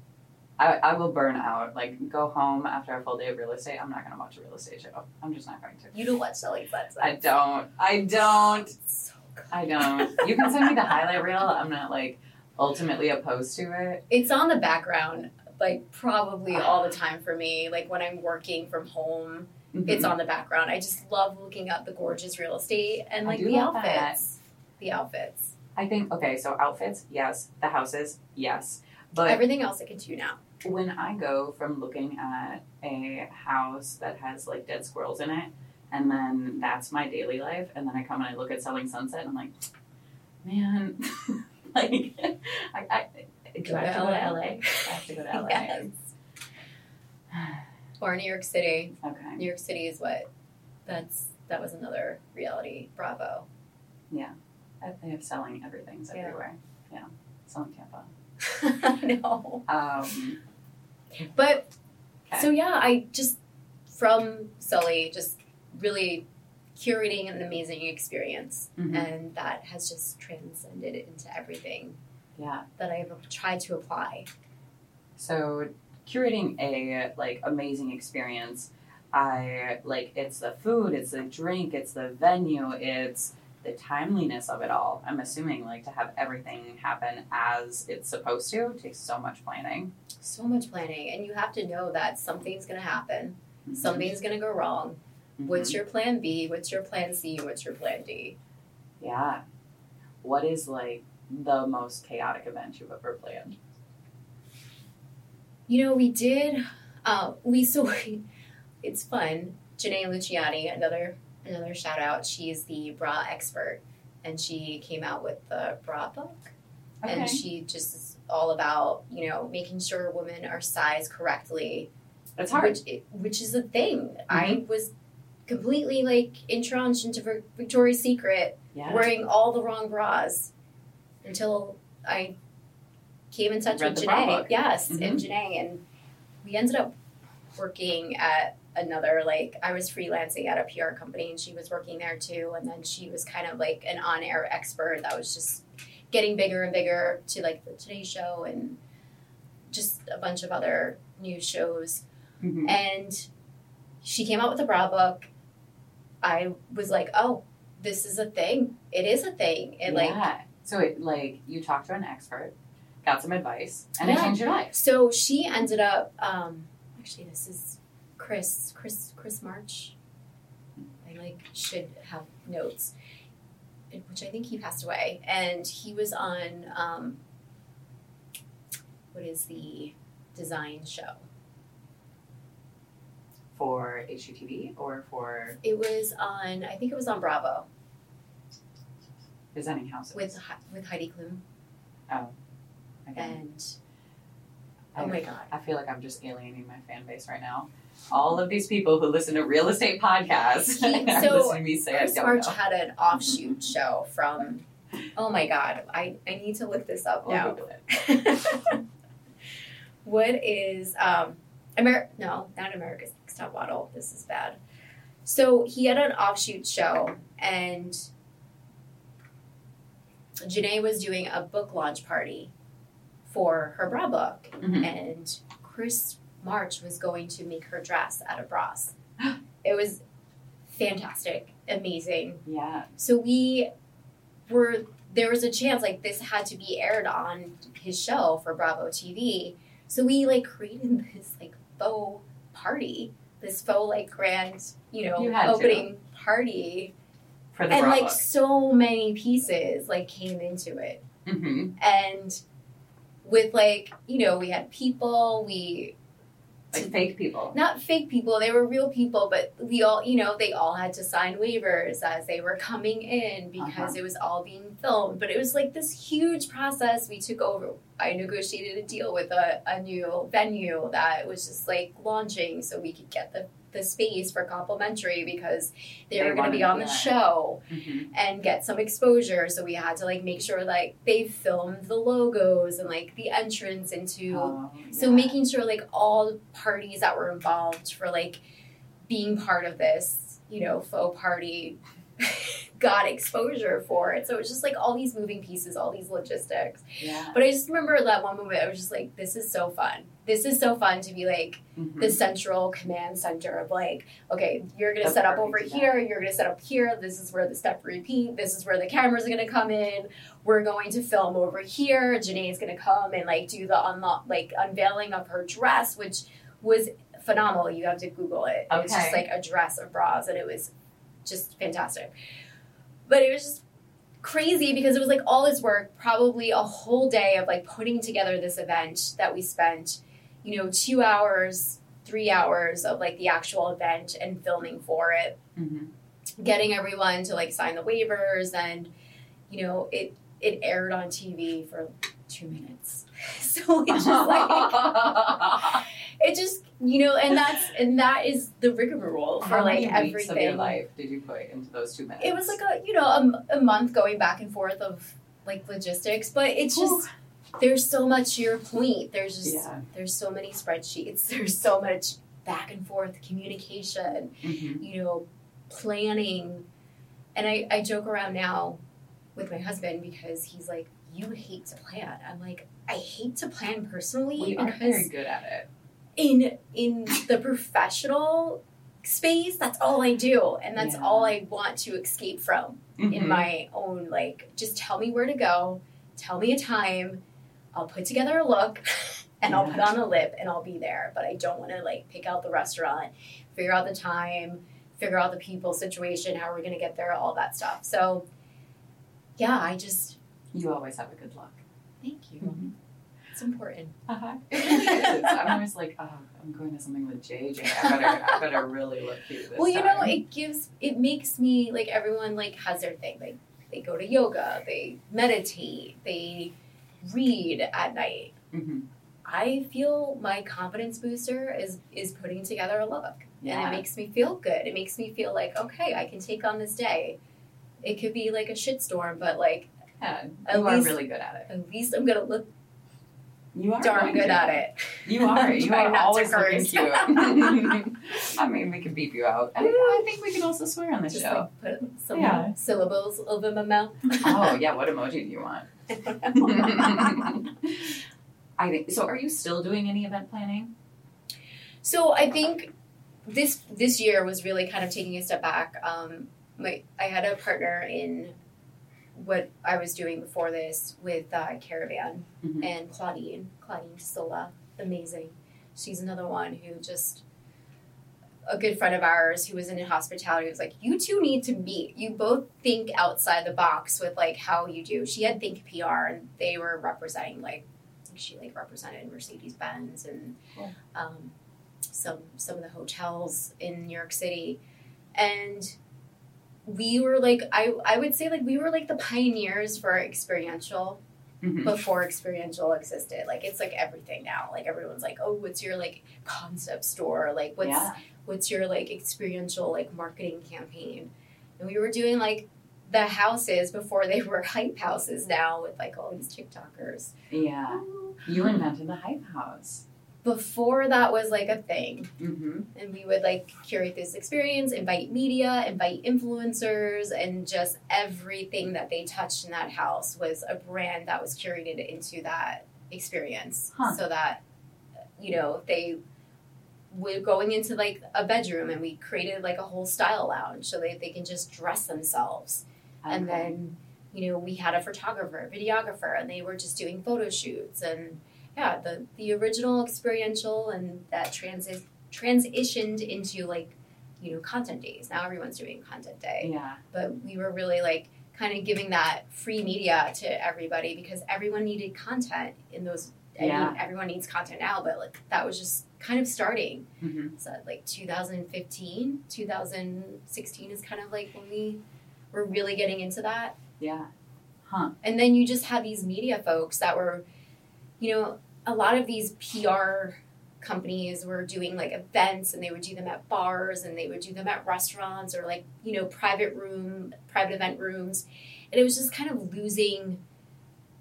[SPEAKER 3] I, I will burn out. Like go home after a full day of real estate. I'm not gonna watch a real estate show. I'm just not going to.
[SPEAKER 2] you don't watch Selling Sunset
[SPEAKER 3] I don't. I don't.
[SPEAKER 2] so good.
[SPEAKER 3] I don't. You can send me the highlight reel. I'm not like ultimately opposed to it.
[SPEAKER 2] it's on the background like probably all the time for me like when I'm working from home it's on the background I just love looking up the gorgeous real estate and
[SPEAKER 3] I
[SPEAKER 2] like
[SPEAKER 3] do
[SPEAKER 2] the
[SPEAKER 3] love that.
[SPEAKER 2] outfits the outfits
[SPEAKER 3] I think okay. So outfits, yes. The houses, yes. But
[SPEAKER 2] everything else I can do now
[SPEAKER 3] when I go from looking at a house that has like dead squirrels in it, and then that's my daily life, and then I come and I look at Selling Sunset, and I'm like, man, like, I, I, do I have to go to LA? I have to go to LA.
[SPEAKER 2] Yes. Or New York City.
[SPEAKER 3] Okay.
[SPEAKER 2] New York City is what that's that was another reality Bravo.
[SPEAKER 3] I- They have selling everything's
[SPEAKER 2] Yeah.
[SPEAKER 3] everywhere. Yeah. Selling Tampa.
[SPEAKER 2] no.
[SPEAKER 3] Um,
[SPEAKER 2] But so yeah, I just from Sully just really curating an amazing experience
[SPEAKER 3] mhm.
[SPEAKER 2] and that has just transcended into everything
[SPEAKER 3] Yeah.
[SPEAKER 2] that I've tried to apply.
[SPEAKER 3] So curating a like amazing experience. I like it's the food, it's the drink, it's the venue, it's the timeliness of it all. I'm assuming like to have everything happen as it's supposed to takes so much planning.
[SPEAKER 2] So much planning and you have to know that something's gonna happen,
[SPEAKER 3] Mm-hmm.
[SPEAKER 2] something's gonna go wrong. What's your plan B? What's your plan C? What's your plan D?
[SPEAKER 3] Yeah. What is like the most chaotic event you've ever planned?
[SPEAKER 2] You know, we did. Uh, we so we, it's fun. Janae Luciani, another another shout out. She is the bra expert, and she came out with the bra book, and she just is all about you know making sure women are sized correctly,
[SPEAKER 3] It's hard. Mm-hmm.
[SPEAKER 2] which which is a thing. I was completely like entrenched into Vic- Victoria's Secret
[SPEAKER 3] Yeah.
[SPEAKER 2] wearing all the wrong bras until I came in touch
[SPEAKER 3] Read
[SPEAKER 2] with
[SPEAKER 3] the bra
[SPEAKER 2] Janae.
[SPEAKER 3] book. Mm-hmm.
[SPEAKER 2] Yes, and Janae, and we ended up working at another like I was freelancing at a PR company, and she was working there too. And then she was kind of like an on-air expert that was just getting bigger and bigger to like the Today Show and just a bunch of other news shows
[SPEAKER 3] Mhm.
[SPEAKER 2] and she came out with a bra book. I was like, oh, this is a thing. It is a thing. It like
[SPEAKER 3] yeah. So it like you talked to an expert, got some advice, and it
[SPEAKER 2] Yeah.
[SPEAKER 3] changed your life.
[SPEAKER 2] so she ended up um actually this is Chris Chris Chris March. I like should have notes, and- which I think he passed away, and he was on um, what is the design show?
[SPEAKER 3] for HGTV or for
[SPEAKER 2] It was on I think it was on Bravo
[SPEAKER 3] designing houses.
[SPEAKER 2] with Hei- with Heidi Klum
[SPEAKER 3] Again,
[SPEAKER 2] and oh my god.
[SPEAKER 3] I feel like I'm just alienating my fan base right now. All of these people who listen to real estate podcasts
[SPEAKER 2] He-
[SPEAKER 3] and
[SPEAKER 2] so,
[SPEAKER 3] listen to me say I
[SPEAKER 2] Chris
[SPEAKER 3] don't
[SPEAKER 2] March
[SPEAKER 3] know.
[SPEAKER 2] had an offshoot show from. Oh my god, I, I need to look this up
[SPEAKER 3] We'll
[SPEAKER 2] now.
[SPEAKER 3] Google it.
[SPEAKER 2] what is um Amer no, not America's Next Top Model. This is bad. So he had an offshoot show and Janae was doing a book launch party for her bra book
[SPEAKER 3] Mhm.
[SPEAKER 2] and Chris March was going to make her dress out of bras. it was fantastic, amazing.
[SPEAKER 3] Yeah.
[SPEAKER 2] So we were there was a chance like this had to be aired on his show for Bravo TV. So we like created this like faux party, this faux like grand, you know,
[SPEAKER 3] You had to.
[SPEAKER 2] opening party.
[SPEAKER 3] For the
[SPEAKER 2] And
[SPEAKER 3] bra
[SPEAKER 2] like so many pieces like came into it.
[SPEAKER 3] hmm
[SPEAKER 2] And with like, you know, we had people, we
[SPEAKER 3] Like fake people.
[SPEAKER 2] not fake people, they were real people, but we all, you know, they all had to sign waivers as they were coming in
[SPEAKER 3] Uh-huh.
[SPEAKER 2] because it was all being filmed. But it was like this huge process we took over. I negotiated a deal with a, a new venue that was just like launching so we could get the, the space for complimentary because they,
[SPEAKER 3] They
[SPEAKER 2] were going to be
[SPEAKER 3] wanted
[SPEAKER 2] on
[SPEAKER 3] to
[SPEAKER 2] the
[SPEAKER 3] be on it.
[SPEAKER 2] show
[SPEAKER 3] Mhm.
[SPEAKER 2] and get some exposure. So we had to like make sure like they filmed the logos and like the entrance into
[SPEAKER 3] Oh,
[SPEAKER 2] so
[SPEAKER 3] yeah.
[SPEAKER 2] making sure like all the parties that were involved for like being part of this, you know, faux party got exposure for it. So it was just like all these moving pieces, all these logistics.
[SPEAKER 3] yeah.
[SPEAKER 2] But I just remember that one moment I was just like, this is so fun. This is so fun to be like
[SPEAKER 3] Mhm.
[SPEAKER 2] the central command center of like, okay, you're gonna
[SPEAKER 3] That's
[SPEAKER 2] set up
[SPEAKER 3] perfect,
[SPEAKER 2] over
[SPEAKER 3] yeah.
[SPEAKER 2] here, you're gonna set up here, this is where the step repeat, this is where the cameras are gonna come in, we're going to film over here, Janae's gonna come and like do the unlock like unveiling of her dress, which was phenomenal. You have to Google it. It was just like
[SPEAKER 3] Okay.
[SPEAKER 2] a dress of bras and it was just fantastic. But it was just crazy because it was like all this work, probably a whole day of like putting together this event that we spent, you know, two hours, three hours of like the actual event and filming for it,
[SPEAKER 3] Mhm.
[SPEAKER 2] getting everyone to like sign the waivers and you know, it it aired on TV for two minutes. So it's just like it just you know, and that's and that is the rigmarole for
[SPEAKER 3] How
[SPEAKER 2] like
[SPEAKER 3] many
[SPEAKER 2] everything.
[SPEAKER 3] weeks of your life did you put into those two minutes?
[SPEAKER 2] it was like a you know a, m- a month going back and forth of like logistics but it's just there's so much to your point there's just
[SPEAKER 3] Yeah.
[SPEAKER 2] there's so many spreadsheets there's so much back and forth communication
[SPEAKER 3] Mhm.
[SPEAKER 2] you know planning and i i joke around now with my husband because he's like you hate to plan i'm like i hate to plan personally
[SPEAKER 3] We are
[SPEAKER 2] because
[SPEAKER 3] very good at it.
[SPEAKER 2] in in the professional space that's all i do and that's
[SPEAKER 3] Yeah.
[SPEAKER 2] all i want to escape from in
[SPEAKER 3] Mhm.
[SPEAKER 2] my own like just tell me where to go tell me a time i'll put together a look and i'll put
[SPEAKER 3] Yeah.
[SPEAKER 2] on a lip and i'll be there but i don't want to like pick out the restaurant figure out the time figure out the people situation how we're going to get there all that stuff so yeah i just
[SPEAKER 3] you always have a good look.
[SPEAKER 2] thank you
[SPEAKER 3] Mm-hmm.
[SPEAKER 2] it's important
[SPEAKER 3] Uh-huh. It really is. I'm always like, oh, I'm going to something with JJ. I better, I better really look cute this
[SPEAKER 2] well you know
[SPEAKER 3] time."
[SPEAKER 2] it gives it makes me like everyone like has their thing like they go to yoga they meditate they read at night
[SPEAKER 3] Mhm.
[SPEAKER 2] I feel my confidence booster is is putting together a look,
[SPEAKER 3] Yeah.
[SPEAKER 2] and it makes me feel good. It makes me feel like okay, I can take on this day. It could be like a shitstorm, but like
[SPEAKER 3] Yeah, you
[SPEAKER 2] At
[SPEAKER 3] are
[SPEAKER 2] least-
[SPEAKER 3] really good at it.
[SPEAKER 2] at least I'm gonna look
[SPEAKER 3] You are
[SPEAKER 2] darn
[SPEAKER 3] going
[SPEAKER 2] good
[SPEAKER 3] to.
[SPEAKER 2] at it.
[SPEAKER 3] You are. You
[SPEAKER 2] Try
[SPEAKER 3] are
[SPEAKER 2] not to
[SPEAKER 3] always looking
[SPEAKER 2] curse.
[SPEAKER 3] cute. I mean, we could beep you out. I, I think we can also swear on this
[SPEAKER 2] Just
[SPEAKER 3] show.
[SPEAKER 2] like put some
[SPEAKER 3] Yeah.
[SPEAKER 2] syllables over my mouth.
[SPEAKER 3] oh yeah, what emoji do you want? I think so. Are you still doing any event planning?
[SPEAKER 2] So I think this this year was really kind of taking a step back. Um, my I had a partner in what I was doing before this with uh, Caravan
[SPEAKER 3] Mhm.
[SPEAKER 2] and Claudine Claudine Sola, amazing. She's another one who just a good friend of ours who was in hospitality was like, "You two need to meet. You both think outside the box with like how you do." She had Think PR, and they were representing like she like represented Mercedes Benz and
[SPEAKER 3] Cool.
[SPEAKER 2] um, some some of the hotels in New York City, and we were like I I would say like we were like the pioneers for experiential
[SPEAKER 3] Mhm.
[SPEAKER 2] before experiential existed. Like it's like everything now. Like everyone's like, oh, what's your like concept store? Like what's
[SPEAKER 3] yeah.
[SPEAKER 2] what's your like experiential like marketing campaign? And we were doing like the houses before they were hype houses now with like all these TikTokers.
[SPEAKER 3] Yeah. Oh. You invented the hype house.
[SPEAKER 2] Before that was like a thing.
[SPEAKER 3] Mm-hmm.
[SPEAKER 2] And we would like curate this experience, invite media, invite influencers, and just everything that they touched in that house was a brand that was curated into that experience.
[SPEAKER 3] Huh.
[SPEAKER 2] So that, you know, they were going into like a bedroom and we created like a whole style lounge so that they can just dress themselves. And then, you know, we had a photographer, videographer, and they were just doing photo shoots and yeah, the, the original experiential and that transi- transitioned into like, you know, content days. Now everyone's doing content day
[SPEAKER 3] Yeah.
[SPEAKER 2] but we were really like kind of giving that free media to everybody because everyone needed content in those I
[SPEAKER 3] Yeah.
[SPEAKER 2] mean, everyone needs content now, but like that was just kind of starting.
[SPEAKER 3] Mhm.
[SPEAKER 2] So like 2015, 2016 is kind of like when we were really getting into that.
[SPEAKER 3] Yeah. Huh.
[SPEAKER 2] And then you just had these media folks that were, you know, a lot of these PR companies were doing like events and they would do them at bars and they would do them at restaurants or like, you know, private room, private event rooms. And it was just kind of losing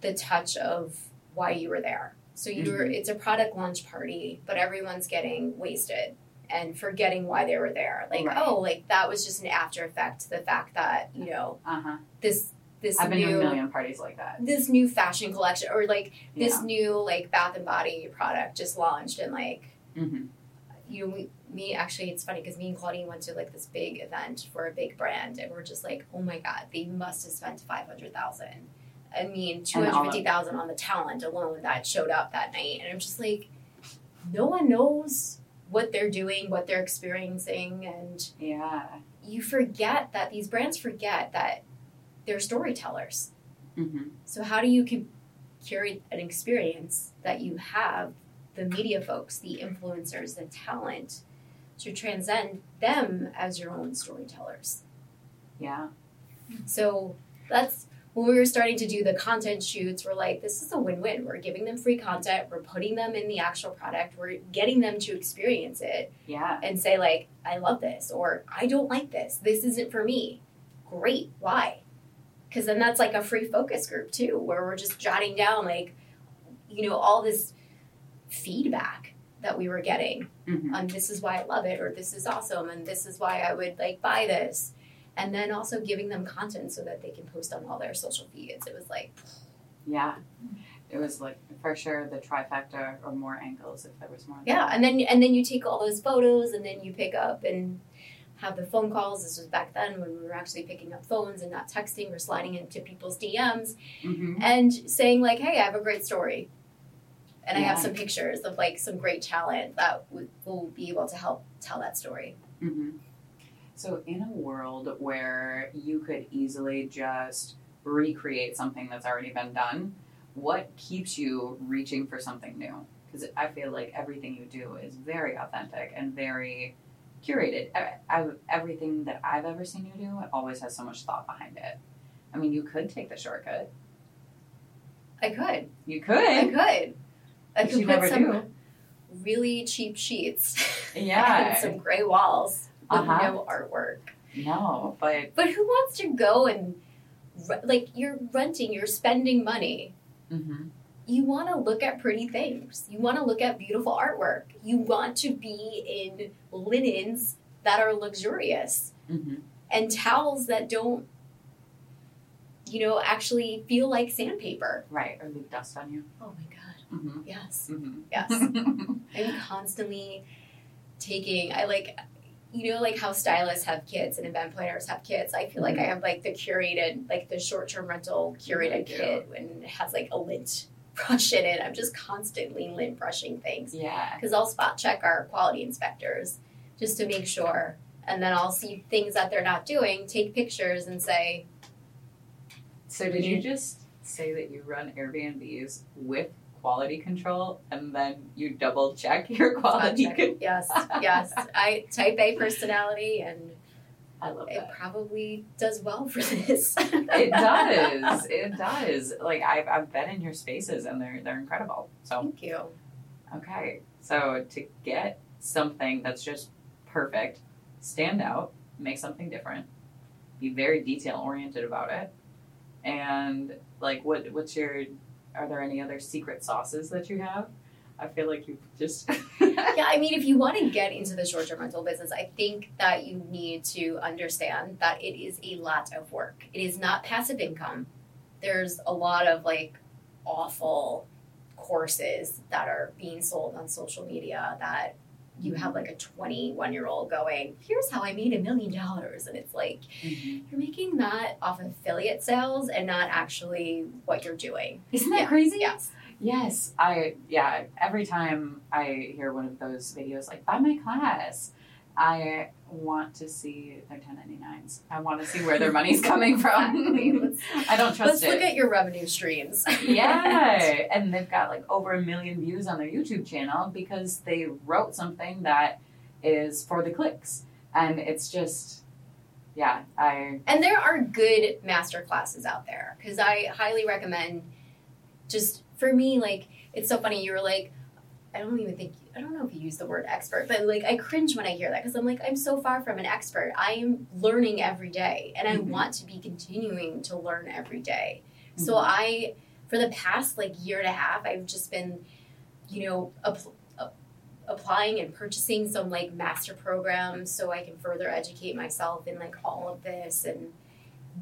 [SPEAKER 2] the touch of why you were there. So you
[SPEAKER 3] Mm-hmm.
[SPEAKER 2] were, it's a product launch party, but everyone's getting wasted and forgetting why they were there. Like,
[SPEAKER 3] Right.
[SPEAKER 2] oh, like that was just an after effect. The fact that, you know,
[SPEAKER 3] Uh huh.
[SPEAKER 2] this, this
[SPEAKER 3] I've been to
[SPEAKER 2] new
[SPEAKER 3] a million parties like that.
[SPEAKER 2] this new fashion collection or like this
[SPEAKER 3] Yeah.
[SPEAKER 2] new like bath and body product just launched and like
[SPEAKER 3] Mm-hmm.
[SPEAKER 2] you know, we, me actually it's funny because me and claudine went to like this big event for a big brand and we're just like oh my god they must have spent 500000 i mean
[SPEAKER 3] all of-
[SPEAKER 2] 250000 on the talent alone that showed up that night and i'm just like no one knows what they're doing what they're experiencing and
[SPEAKER 3] Yeah.
[SPEAKER 2] you forget that these brands forget that they're storytellers
[SPEAKER 3] Mm-hmm.
[SPEAKER 2] so how do you can curate an experience that you have the media folks, the influencers, the talent to transcend them as your own storytellers?
[SPEAKER 3] Yeah.
[SPEAKER 2] So that's when we were starting to do the content shoots, we're like, this is a win-win. We're giving them free content, we're putting them in the actual product, we're getting them to experience it
[SPEAKER 3] Yeah.
[SPEAKER 2] and say like, I love this or I don't like this. This isn't for me. Great. Why? Cuz then that's like a free focus group too where we're just jotting down like you know all this feedback that we were getting
[SPEAKER 3] Mm-hmm.
[SPEAKER 2] on this is why I love it or this is awesome and this is why I would like buy this. And then also giving them content so that they can post on all their social feeds. It was like
[SPEAKER 3] Yeah. It was like for sure the trifecta or more angles if there was more.
[SPEAKER 2] yeah and then and then you take all those photos and then you pick up and have the phone calls this was back then when we were actually picking up phones and not texting or sliding into people's dms
[SPEAKER 3] Mm-hmm.
[SPEAKER 2] and saying like hey i have a great story and i have
[SPEAKER 3] Yeah.
[SPEAKER 2] some pictures of like some great talent that w- will be able to help tell that story
[SPEAKER 3] Mm-hmm. So in a world where you could easily just recreate something that's already been done, what keeps you reaching for something new? Because I feel like everything you do is very authentic and very curated. I, I, everything that I've ever seen you do it always has so much thought behind it. I mean, you could take the shortcut.
[SPEAKER 2] i could
[SPEAKER 3] You
[SPEAKER 2] i
[SPEAKER 3] could.
[SPEAKER 2] could i
[SPEAKER 3] But
[SPEAKER 2] could
[SPEAKER 3] you
[SPEAKER 2] put
[SPEAKER 3] never
[SPEAKER 2] some
[SPEAKER 3] do.
[SPEAKER 2] really cheap sheets
[SPEAKER 3] Yeah.
[SPEAKER 2] and some gray walls with
[SPEAKER 3] Uh-huh.
[SPEAKER 2] no artwork
[SPEAKER 3] No, but
[SPEAKER 2] But who wants to go and re- like you're renting, you're spending money.
[SPEAKER 3] mhm.
[SPEAKER 2] You want to look at pretty things. You want to look at beautiful artwork. You want to be in linens that are luxurious
[SPEAKER 3] Mhm.
[SPEAKER 2] and towels that don't you know actually feel like sandpaper.
[SPEAKER 3] right, or leave dust on you.
[SPEAKER 2] Oh my god.
[SPEAKER 3] Mm-hmm.
[SPEAKER 2] Yes.
[SPEAKER 3] Mm-hmm.
[SPEAKER 2] Yes. I'm constantly taking I like you know like how stylists have kids and event planners have kids. I feel like I have like the curated like the short term rental
[SPEAKER 3] really
[SPEAKER 2] curated
[SPEAKER 3] do.
[SPEAKER 2] kit and it has like a lint brush in it. I'm just constantly lint brushing things.
[SPEAKER 3] yeah.
[SPEAKER 2] Because I'll spot check our quality inspectors just to make sure. And then I'll see things that they're not doing, take pictures, and say,
[SPEAKER 3] So did you just say that you run Airbnbs with quality control and then you double check your quality
[SPEAKER 2] "Fact check."
[SPEAKER 3] control?
[SPEAKER 2] yes, yes. I type A personality, and
[SPEAKER 3] I love
[SPEAKER 2] it
[SPEAKER 3] that.
[SPEAKER 2] probably does well for this.
[SPEAKER 3] It does. It does. Like I've, I've been in your spaces and they're they're incredible. So
[SPEAKER 2] Thank you.
[SPEAKER 3] okay. So to get something that's just perfect, stand out, make something different, be very detail oriented about it. And like what what's your are there any other secret sauces that you have? I feel like you just
[SPEAKER 2] yeah, I mean, if you want to get into the short term rental business, I think that you need to understand that it is a lot of work. It is not passive income. There's a lot of like awful courses that are being sold on social media that you have like a 21 year old going, here's how I made a million dollars. And it's like, you're making that off affiliate sales and not actually what you're doing.
[SPEAKER 3] Isn't
[SPEAKER 2] that
[SPEAKER 3] crazy?
[SPEAKER 2] Yes.
[SPEAKER 3] Yes, I yeah. Every time I hear one of those videos, like buy my class, I want to see their 1099s. I want to see where their money's coming
[SPEAKER 2] Exactly.
[SPEAKER 3] from.
[SPEAKER 2] Let's,
[SPEAKER 3] I don't
[SPEAKER 2] let's
[SPEAKER 3] trust
[SPEAKER 2] look
[SPEAKER 3] it.
[SPEAKER 2] at your revenue streams.
[SPEAKER 3] yeah, and they've got like over a million views on their YouTube channel because they wrote something that is for the clicks, and it's just yeah. I
[SPEAKER 2] And there are good master classes out there because I highly recommend. Just for me, like it's so funny. You were like, I don't even think I don't know if you use the word expert, but like I cringe when I hear that because I'm like I'm so far from an expert. I am learning every day, and
[SPEAKER 3] Mhm.
[SPEAKER 2] I want to be continuing to learn every day. So
[SPEAKER 3] Mhm.
[SPEAKER 2] I, for the past like year and a half, I've just been, you know, apl- a- applying and purchasing some like master programs so I can further educate myself in like all of this and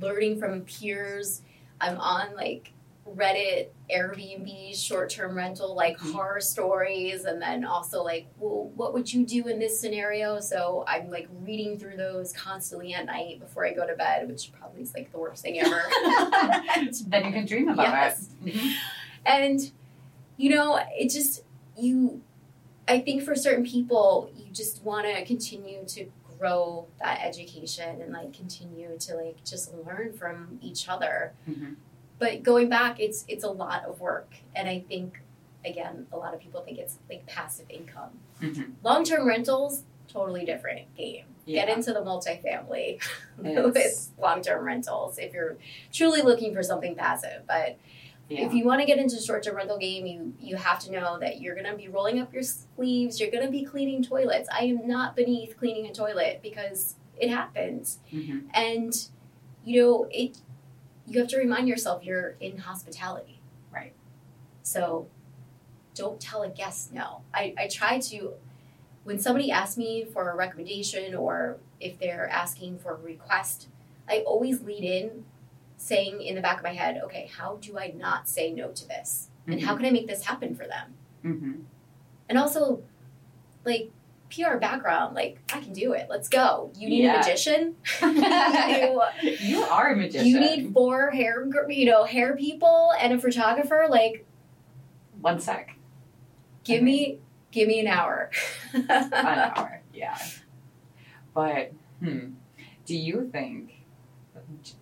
[SPEAKER 2] learning from peers. I'm on like Reddit, Airbnb, short term rental, like
[SPEAKER 3] Mhm.
[SPEAKER 2] horror stories, and then also like, well, what would you do in this scenario? So I'm like reading through those constantly at night before I go to bed, which probably is like the worst thing ever.
[SPEAKER 3] then you can dream about
[SPEAKER 2] Yes.
[SPEAKER 3] it. Mhm.
[SPEAKER 2] And you know, it just you I think for certain people you just want to continue to grow that education and like continue to like just learn from each other.
[SPEAKER 3] Mhm.
[SPEAKER 2] But going back it's it's a lot of work and I think again a lot of people think it's like passive income.
[SPEAKER 3] Mhm.
[SPEAKER 2] Long-term rentals totally different game.
[SPEAKER 3] Yeah.
[SPEAKER 2] Get into the multifamily
[SPEAKER 3] Yes.
[SPEAKER 2] with long-term rentals if you're truly looking for something passive, but
[SPEAKER 3] Yeah.
[SPEAKER 2] if you want to get into the short-term rental game, you you have to know that you're going to be rolling up your sleeves. You're going to be cleaning toilets. I am not beneath cleaning a toilet because it happens,
[SPEAKER 3] Mhm.
[SPEAKER 2] and you know it. You have to remind yourself you're in hospitality,
[SPEAKER 3] Right.
[SPEAKER 2] So, don't tell a guest no. I I try to. When somebody asks me for a recommendation or if they're asking for a request, I always lead in saying in the back of my head, okay, how do I not say no to this? And
[SPEAKER 3] Mm-hmm.
[SPEAKER 2] how can I make this happen for them?
[SPEAKER 3] Mhm.
[SPEAKER 2] And also, like, PR background, like, I can do it. Let's go. You need
[SPEAKER 3] Yeah.
[SPEAKER 2] a magician. you,
[SPEAKER 3] Mm-hmm. You are a magician.
[SPEAKER 2] you need four hair, gr- you know, hair people and a photographer. Like,
[SPEAKER 3] one sec,
[SPEAKER 2] give me, give me an hour.
[SPEAKER 3] an hour. Yeah. But hmm, do you think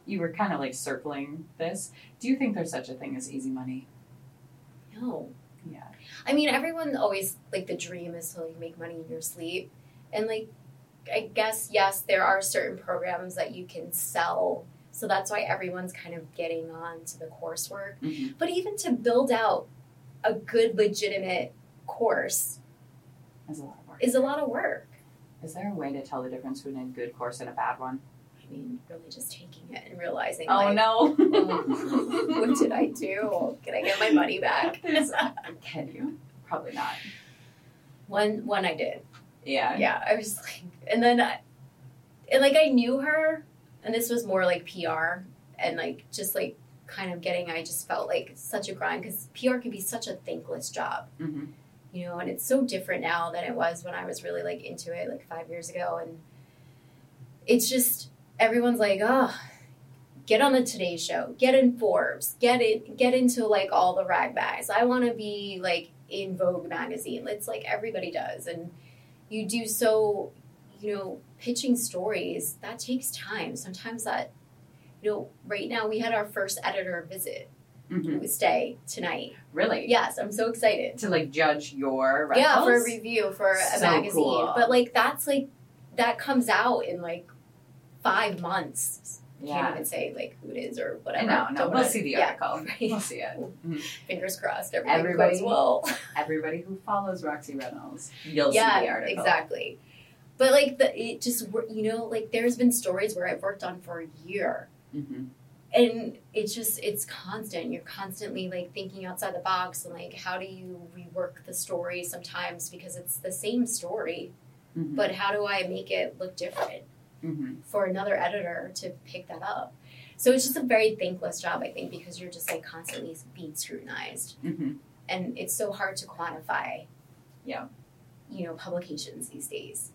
[SPEAKER 3] you were kind of like circling this? Do you think there's such a thing as easy money?
[SPEAKER 2] no.
[SPEAKER 3] Yeah.
[SPEAKER 2] I mean, everyone always like the dream is to like make money in your sleep, and like I guess yes, there are certain programs that you can sell, so that's why everyone's kind of getting on to the coursework.
[SPEAKER 3] Mhm.
[SPEAKER 2] But even to build out a good legitimate course
[SPEAKER 3] That's a lot of work.
[SPEAKER 2] is a lot of work.
[SPEAKER 3] Is there a way to tell the difference between a good course and a bad one?
[SPEAKER 2] I mean, really just taking it and realizing,
[SPEAKER 3] Oh
[SPEAKER 2] like,
[SPEAKER 3] no!
[SPEAKER 2] "Oh, what did I do? Can I get my money back?
[SPEAKER 3] There's- Can you? Probably not.
[SPEAKER 2] One, one I did.
[SPEAKER 3] Yeah.
[SPEAKER 2] yeah i was like and then I, and like i knew her and this was more like pr and like just like kind of getting i just felt like such a grind because pr can be such a thankless job
[SPEAKER 3] Mhm.
[SPEAKER 2] you know and it's so different now than it was when i was really like into it like five years ago and it's just everyone's like oh get on the today show get in forbes get it get into like all the rag bags i want to be like in vogue magazine it's like everybody does and you do so you know, pitching stories, that takes time. Sometimes that, you know, right now we had our first editor visit
[SPEAKER 3] Mhm.
[SPEAKER 2] who stay tonight.
[SPEAKER 3] Really?
[SPEAKER 2] Yes, I'm so excited.
[SPEAKER 3] To like judge your rentals?
[SPEAKER 2] Yeah, for a review for a
[SPEAKER 3] So
[SPEAKER 2] magazine.
[SPEAKER 3] cool.
[SPEAKER 2] But like that's like that comes out in like five months. Can't
[SPEAKER 3] Yeah.
[SPEAKER 2] even say like who it is or whatever.
[SPEAKER 3] No, no,
[SPEAKER 2] Don't
[SPEAKER 3] we'll
[SPEAKER 2] wanna-
[SPEAKER 3] see the
[SPEAKER 2] yeah,
[SPEAKER 3] article.
[SPEAKER 2] right.
[SPEAKER 3] We'll see it.
[SPEAKER 2] Fingers crossed, everything
[SPEAKER 3] Everybody-
[SPEAKER 2] goes well.
[SPEAKER 3] Everybody who follows Roxy Reynolds, you'll see the
[SPEAKER 2] yeah,
[SPEAKER 3] article.
[SPEAKER 2] exactly. But like the it just wor- you know like there's been stories where I've worked on for a year
[SPEAKER 3] hmm
[SPEAKER 2] and it's just it's constant you're constantly like thinking outside the box and like how do you rework the story sometimes because it's the same story
[SPEAKER 3] hmm
[SPEAKER 2] but how do I make it look different
[SPEAKER 3] hmm
[SPEAKER 2] for another editor to pick that up. So it's just a very thankless job, I think, because you're just like constantly being scrutinized,
[SPEAKER 3] hmm
[SPEAKER 2] and it's so hard to quantify.
[SPEAKER 3] Yeah.
[SPEAKER 2] You know, publications these days.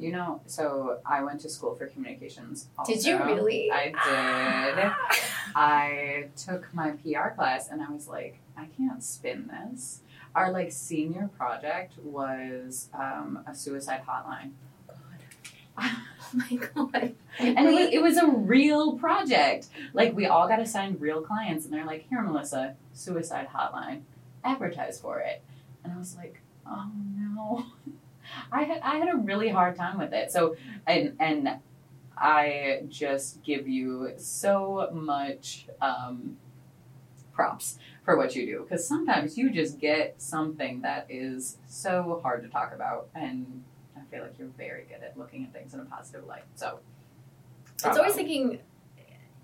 [SPEAKER 3] You know, so I went to school for communications. Also.
[SPEAKER 2] Did you really?
[SPEAKER 3] I did. I took my PR class and I was like, I can't spin this. Our like senior project was um, a suicide hotline,
[SPEAKER 2] Oh my god.
[SPEAKER 3] and it was, it was a real project. Like we all got assigned real clients, and they're like, "Here, Melissa, suicide hotline, advertise for it." And I was like, "Oh no." I had I had a really hard time with it. So and and I just give you so much um, props for what you do because sometimes you just get something that is so hard to talk about, and I feel like you're very good at looking at things in a positive light. So
[SPEAKER 2] It's always thinking.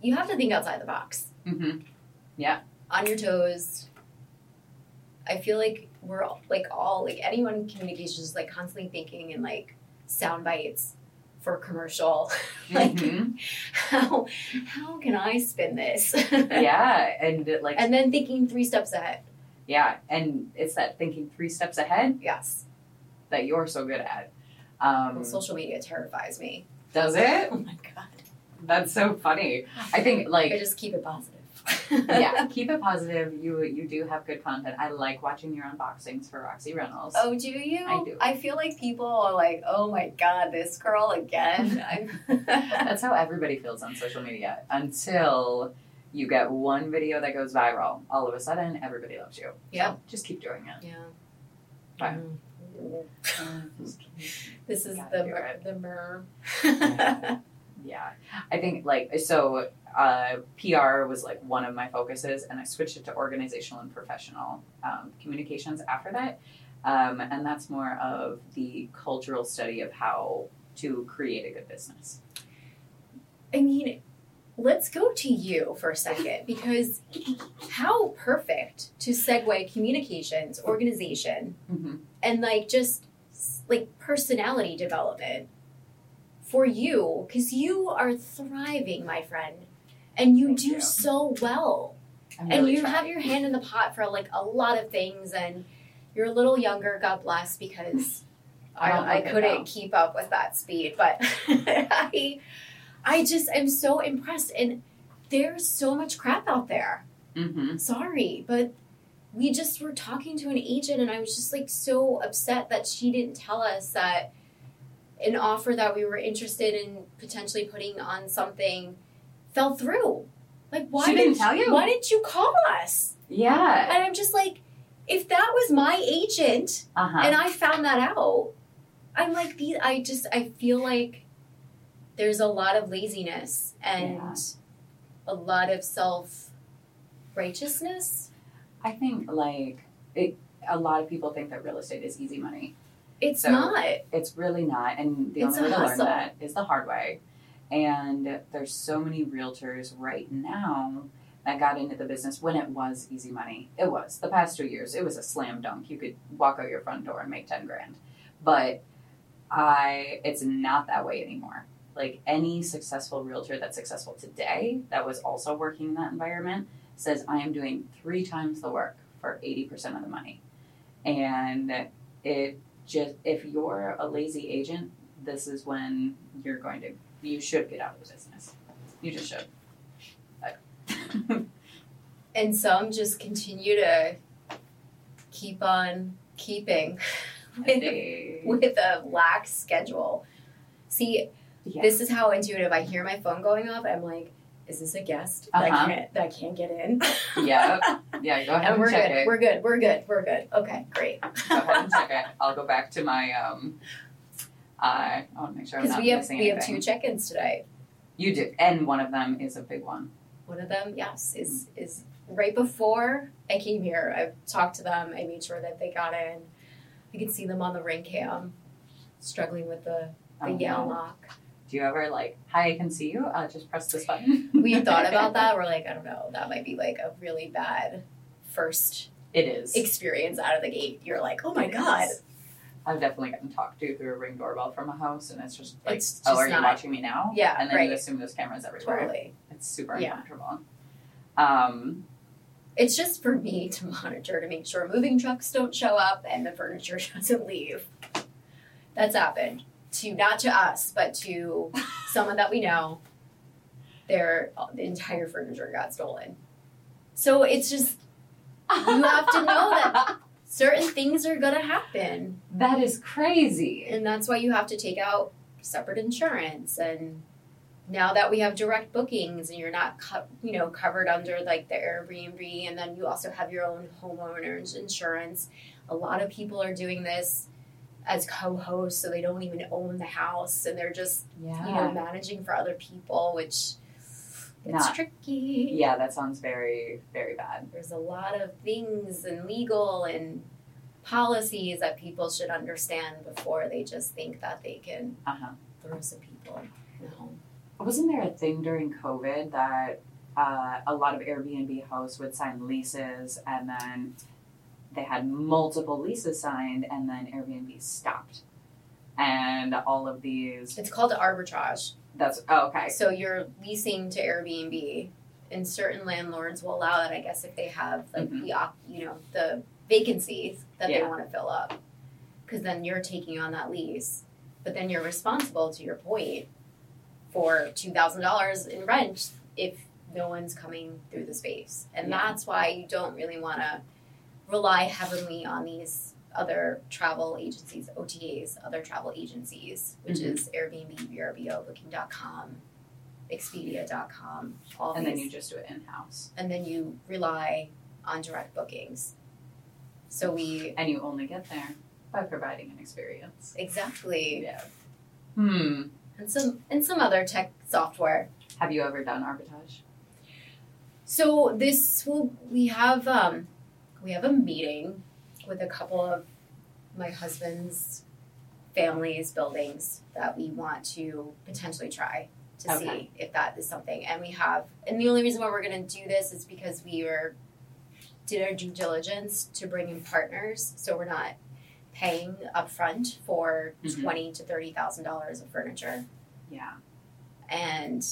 [SPEAKER 2] You have to think outside the box,
[SPEAKER 3] hmm
[SPEAKER 2] on your toes. I feel like we're all, like all like anyone in communications is like constantly thinking and like sound bites for a commercial. Like,
[SPEAKER 3] Mm-hmm.
[SPEAKER 2] how how can I spin this?
[SPEAKER 3] yeah, and it, like
[SPEAKER 2] and then thinking three steps ahead.
[SPEAKER 3] yeah, and it's that thinking three steps ahead
[SPEAKER 2] Yes.
[SPEAKER 3] that you're so good at. Um,
[SPEAKER 2] Well, social media terrifies me.
[SPEAKER 3] does it?
[SPEAKER 2] Oh my god.
[SPEAKER 3] That's so funny. I think like
[SPEAKER 2] I just keep it positive.
[SPEAKER 3] yeah, keep it positive. You you do have good content. I like watching your unboxings for Roxy Reynolds.
[SPEAKER 2] Oh, do you?
[SPEAKER 3] I do.
[SPEAKER 2] I feel like people are like, "Oh my god, this girl again." I'm
[SPEAKER 3] That's how everybody feels on social media until you get one video that goes viral. All of a sudden, everybody loves you.
[SPEAKER 2] Yeah.
[SPEAKER 3] So just keep doing it.
[SPEAKER 2] Yeah. Mm-hmm.
[SPEAKER 3] Bye.
[SPEAKER 2] This is
[SPEAKER 3] Gotta
[SPEAKER 2] the
[SPEAKER 3] do
[SPEAKER 2] mer-
[SPEAKER 3] it.
[SPEAKER 2] the mer.
[SPEAKER 3] yeah, I think like so. Uh, PR was like one of my focuses, and I switched it to organizational and professional um, communications after that. Um, and that's more of the cultural study of how to create a good business.
[SPEAKER 2] I mean, let's go to you for a second because how perfect to segue communications, organization,
[SPEAKER 3] Mm-hmm.
[SPEAKER 2] and like just s- like personality development for you because you are thriving my friend and you
[SPEAKER 3] Thank
[SPEAKER 2] do
[SPEAKER 3] you.
[SPEAKER 2] so well and you have your hand in the pot for like a lot of things and you're a little younger god bless because i,
[SPEAKER 3] don't
[SPEAKER 2] Um, I
[SPEAKER 3] like it,
[SPEAKER 2] couldn't
[SPEAKER 3] though.
[SPEAKER 2] keep up with that speed but i i just am so impressed and there's so much crap out there
[SPEAKER 3] Mm-hmm.
[SPEAKER 2] sorry, but we just were talking to an agent and I was just like so upset that she didn't tell us that an offer that we were interested in potentially putting on something fell through. Like why
[SPEAKER 3] She didn't tell you?
[SPEAKER 2] Why didn't you call us?
[SPEAKER 3] Yeah.
[SPEAKER 2] And I'm just like, if that was my agent
[SPEAKER 3] Uh huh.
[SPEAKER 2] and I found that out, I'm like the I just I feel like there's a lot of laziness and
[SPEAKER 3] Yeah.
[SPEAKER 2] a lot of self righteousness.
[SPEAKER 3] I think like it, a lot of people think that real estate is easy money.
[SPEAKER 2] It's
[SPEAKER 3] So-
[SPEAKER 2] not.
[SPEAKER 3] It's really not, and the
[SPEAKER 2] It's
[SPEAKER 3] only
[SPEAKER 2] a
[SPEAKER 3] way to learn
[SPEAKER 2] hustle.
[SPEAKER 3] that is the hard way. And there's so many realtors right now that got into the business when it was easy money. It was the past two years. It was a slam dunk. You could walk out your front door and make ten grand, but I it's not that way anymore. Like any successful realtor that's successful today that was also working in that environment says I am doing three times the work for 80% of the money. And it just if you're a lazy agent, this is when you're going to you should get out of the business. You just should. But-
[SPEAKER 2] And some just continue to keep on keeping with,
[SPEAKER 3] They-
[SPEAKER 2] with a lax schedule. See,
[SPEAKER 3] Yeah.
[SPEAKER 2] this is how intuitive. I hear my phone going off. I'm like, is this a guest that
[SPEAKER 3] Uh-huh.
[SPEAKER 2] can't that can't get in?
[SPEAKER 3] yeah. Yeah. Go ahead
[SPEAKER 2] and we're
[SPEAKER 3] check
[SPEAKER 2] good.
[SPEAKER 3] it.
[SPEAKER 2] We're good. We're good. We're good. Okay, great.
[SPEAKER 3] go ahead and check it. I'll go back to my um. I I want to make sure I'm
[SPEAKER 2] Because
[SPEAKER 3] not
[SPEAKER 2] we have
[SPEAKER 3] missing
[SPEAKER 2] we have
[SPEAKER 3] anything.
[SPEAKER 2] two check-ins today.
[SPEAKER 3] You do, and one of them is a big one.
[SPEAKER 2] One of them, yes, is is right before I came here. I talked to them. I made sure that they got in. I could see them on the ring cam, struggling with the the
[SPEAKER 3] Um,
[SPEAKER 2] Yale lock.
[SPEAKER 3] Do you ever like, hi, I can see you. Uh, just press this button.
[SPEAKER 2] we thought about that. We're like, I don't know, that might be like a really bad first
[SPEAKER 3] It is.
[SPEAKER 2] experience out of the gate. You're like, oh my
[SPEAKER 3] It
[SPEAKER 2] god,
[SPEAKER 3] is. I've definitely gotten talked to through a ring doorbell from a house, and it's just like,
[SPEAKER 2] It's
[SPEAKER 3] oh,
[SPEAKER 2] just
[SPEAKER 3] are
[SPEAKER 2] not-
[SPEAKER 3] you watching me now?
[SPEAKER 2] Yeah,
[SPEAKER 3] And then
[SPEAKER 2] right.
[SPEAKER 3] you assume there's cameras everywhere.
[SPEAKER 2] totally.
[SPEAKER 3] It's super
[SPEAKER 2] Yeah.
[SPEAKER 3] uncomfortable. Um,
[SPEAKER 2] It's just for me to monitor to make sure moving trucks don't show up and the furniture doesn't leave. That's happened to not to us, but to someone that we know. Their the entire furniture got stolen. So it's just you have to know that certain things are gonna happen.
[SPEAKER 3] that is crazy.
[SPEAKER 2] and that's why you have to take out separate insurance and now that we have direct bookings and you're not co- you know covered under like the Airbnb and then you also have your own homeowners insurance a lot of people are doing this as co-hosts so they don't even own the house and they're just
[SPEAKER 3] Yeah.
[SPEAKER 2] you know managing for other people which it's
[SPEAKER 3] Not-
[SPEAKER 2] tricky
[SPEAKER 3] yeah, that sounds very, very bad.
[SPEAKER 2] there's a lot of things and legal and policies that people should understand before they just think that they can
[SPEAKER 3] Uh huh.
[SPEAKER 2] throw some people in the home.
[SPEAKER 3] Wasn't there a thing during COVID that uh, a lot of Airbnb hosts would sign leases and then they had multiple leases signed and then Airbnb stopped? And all of these,
[SPEAKER 2] It's called arbitrage.
[SPEAKER 3] that's oh, okay.
[SPEAKER 2] So you're leasing to Airbnb, and certain landlords will allow that, I guess, if they have like
[SPEAKER 3] Mhm.
[SPEAKER 2] the op- you know the vacancies that they
[SPEAKER 3] Yeah.
[SPEAKER 2] want to fill up, because then you're taking on that lease, but then you're responsible to your point for two thousand dollars in rent if no one's coming through the space, and
[SPEAKER 3] Yeah.
[SPEAKER 2] that's why you don't really want to rely heavily on these other travel agencies, OTAs, other travel agencies, which
[SPEAKER 3] Mhm.
[SPEAKER 2] is Airbnb, VRBO, Booking.com, Expedia.com, all
[SPEAKER 3] And
[SPEAKER 2] these.
[SPEAKER 3] then you just do it in house.
[SPEAKER 2] and then you rely on direct bookings. So we
[SPEAKER 3] And you only get there by providing an experience.
[SPEAKER 2] exactly
[SPEAKER 3] Yeah. Hmm.
[SPEAKER 2] and some and some other tech software.
[SPEAKER 3] Have you ever done arbitrage?
[SPEAKER 2] So this will we have um we have a meeting with a couple of my husband's family's buildings that we want to potentially try to see
[SPEAKER 3] Okay.
[SPEAKER 2] if that is something. And we have and the only reason why we're gonna do this is because we were did our due diligence to bring in partners so we're not paying upfront for
[SPEAKER 3] Mhm.
[SPEAKER 2] twenty to thirty thousand dollars of furniture
[SPEAKER 3] Yeah.
[SPEAKER 2] and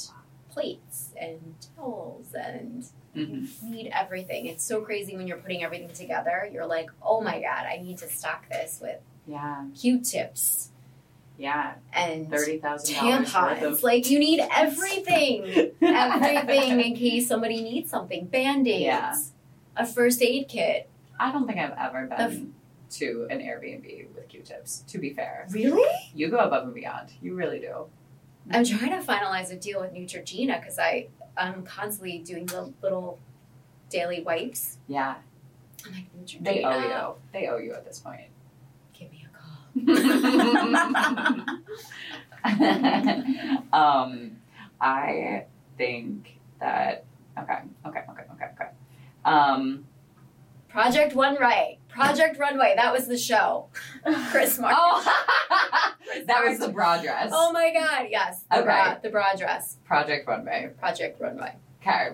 [SPEAKER 2] plates and towels and
[SPEAKER 3] Mm-hmm.
[SPEAKER 2] you need everything. It's so crazy when you're putting everything together. You're like, oh my god, I need to stock this with
[SPEAKER 3] Yeah.
[SPEAKER 2] Q-tips
[SPEAKER 3] Yeah.
[SPEAKER 2] and
[SPEAKER 3] Thirty thousand dollars worth
[SPEAKER 2] tampons.
[SPEAKER 3] of
[SPEAKER 2] Like you need everything, everything in case somebody needs something. Band aids,
[SPEAKER 3] Yeah.
[SPEAKER 2] a first aid kit.
[SPEAKER 3] I don't think I've ever
[SPEAKER 2] The f-
[SPEAKER 3] been to an Airbnb with Q-tips. To be fair,
[SPEAKER 2] Really?
[SPEAKER 3] you go above and beyond. You really do.
[SPEAKER 2] I'm trying to finalize a deal with Neutrogena because I I'm constantly doing the little daily wipes.
[SPEAKER 3] Yeah,
[SPEAKER 2] I'm like Neutrogena.
[SPEAKER 3] they owe you. They owe you at this point.
[SPEAKER 2] Give me a call.
[SPEAKER 3] um, I think that okay, okay, okay, okay, okay. Um,
[SPEAKER 2] Project Runway. Project Runway. That was the show. Chris Martin.
[SPEAKER 3] Oh, that was the bra dress.
[SPEAKER 2] Oh my God. Yes. The bra.
[SPEAKER 3] Okay.
[SPEAKER 2] The bra dress.
[SPEAKER 3] Project Runway.
[SPEAKER 2] Project Runway.
[SPEAKER 3] Okay.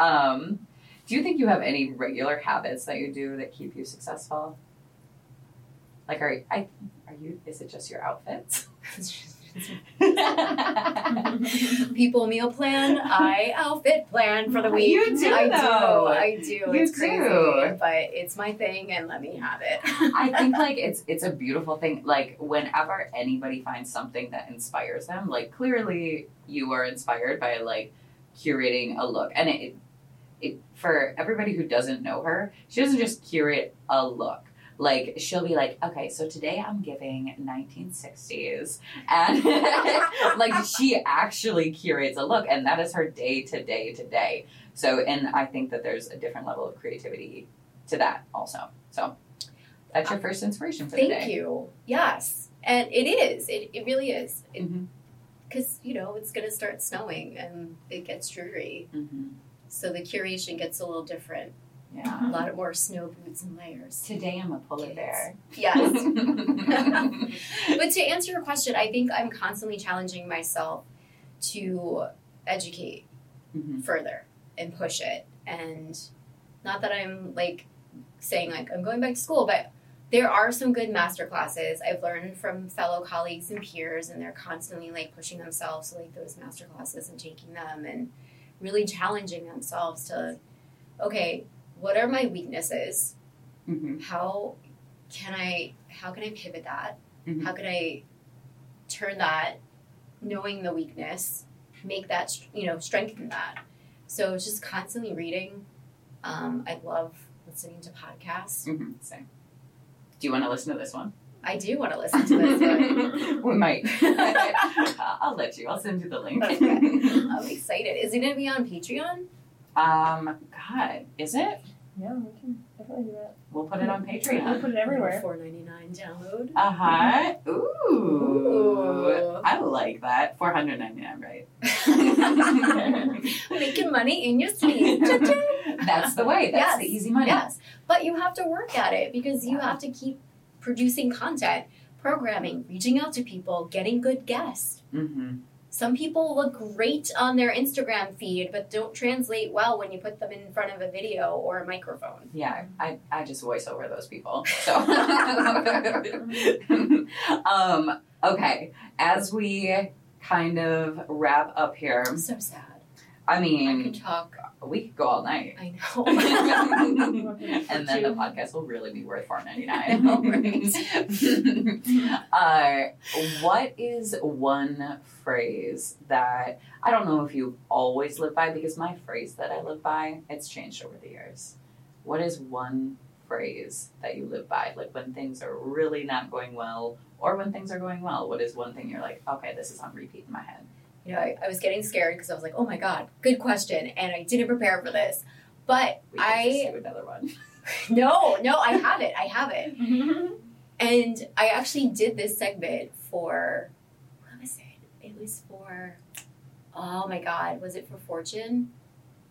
[SPEAKER 3] Um, do you think you have any regular habits that you do that keep you successful? Like, are I are you? Is it just your outfits?
[SPEAKER 2] People meal plan. I outfit plan for the week.
[SPEAKER 3] You do,
[SPEAKER 2] I
[SPEAKER 3] though.
[SPEAKER 2] do. I do.
[SPEAKER 3] You
[SPEAKER 2] it's
[SPEAKER 3] do.
[SPEAKER 2] crazy, but it's my thing, and let me have it.
[SPEAKER 3] I think like it's it's a beautiful thing. Like whenever anybody finds something that inspires them, like clearly you are inspired by like curating a look, and it it for everybody who doesn't know her, she doesn't just curate a look. Like she'll be like, okay, so today I'm giving 1960s, and like she actually curates a look, and that is her day to day to day. So, and I think that there's a different level of creativity to that also. So, that's your first inspiration for the day.
[SPEAKER 2] Thank you. Yes. And it is. It, it really is.
[SPEAKER 3] Mhm.
[SPEAKER 2] Because, you know, it's going to start snowing and it gets dreary.
[SPEAKER 3] Mhm.
[SPEAKER 2] So the curation gets a little different. A
[SPEAKER 3] Yeah.
[SPEAKER 2] lot more snow boots and layers.
[SPEAKER 3] Today I'm a polar bear.
[SPEAKER 2] Yes.
[SPEAKER 3] Mm-hmm.
[SPEAKER 2] but to answer your question, I think I'm constantly challenging myself to educate
[SPEAKER 3] Mhm.
[SPEAKER 2] further and push it. And not that I'm like saying like I'm going back to school, but there are some good master classes I've learned from fellow colleagues and peers, and they're constantly like pushing themselves to like those master classes and taking them and really challenging themselves to, okay, what are my weaknesses?
[SPEAKER 3] Mhm.
[SPEAKER 2] How can I how can I pivot that?
[SPEAKER 3] Mhm.
[SPEAKER 2] How can I turn that knowing the weakness, make that str- you know strengthen that? So it's just constantly reading. Um, I love listening to podcasts.
[SPEAKER 3] Mhm. So, do you want to listen to this one?
[SPEAKER 2] I do want to listen to this one.
[SPEAKER 3] we might. I'll let you. I'll send you the link.
[SPEAKER 2] Okay. I'm excited. Is it going to be on Patreon?
[SPEAKER 3] Um, God, is it?
[SPEAKER 5] Yeah, we can definitely do that.
[SPEAKER 3] We'll put it on
[SPEAKER 5] We'll
[SPEAKER 3] Patreon.
[SPEAKER 5] put it everywhere.
[SPEAKER 2] Four ninety nine download.
[SPEAKER 3] Uh huh. Ooh.
[SPEAKER 2] Ooh.
[SPEAKER 3] I like that. Four hundred ninety nine, right?
[SPEAKER 2] Making money in your sleep.
[SPEAKER 3] That's the way. That's
[SPEAKER 2] Yes.
[SPEAKER 3] the easy money.
[SPEAKER 2] Yes, but you have to work at it because you have to keep producing content, programming, reaching out to people, getting good guests.
[SPEAKER 3] Mm-hmm.
[SPEAKER 2] Some people look great on their Instagram feed, but don't translate well when you put them in front of a video or a microphone.
[SPEAKER 3] Yeah, I, I just voice over those people. So, um, okay. As we kind of wrap up here,
[SPEAKER 2] I'm so sad.
[SPEAKER 3] I
[SPEAKER 2] I could
[SPEAKER 3] mean,
[SPEAKER 2] talk.
[SPEAKER 3] we could go all night.
[SPEAKER 2] I know.
[SPEAKER 3] and then the podcast will really be worth four ninety nine. uh, what is one phrase that I don't know if you always live by because my phrase that I live by it's changed over the years. What is one phrase that you live by? Like when things are really not going well, or when things are going well. What is one thing you're like, okay, this is on repeat in my head.
[SPEAKER 2] you know, I, I was getting scared because I was like, oh my God, good question. And I didn't prepare for this. But
[SPEAKER 3] We could
[SPEAKER 2] I,
[SPEAKER 3] just do another one.
[SPEAKER 2] no, no, I have it. I have it. And I actually did this segment for what was it? It was for oh my god, was it for Fortune?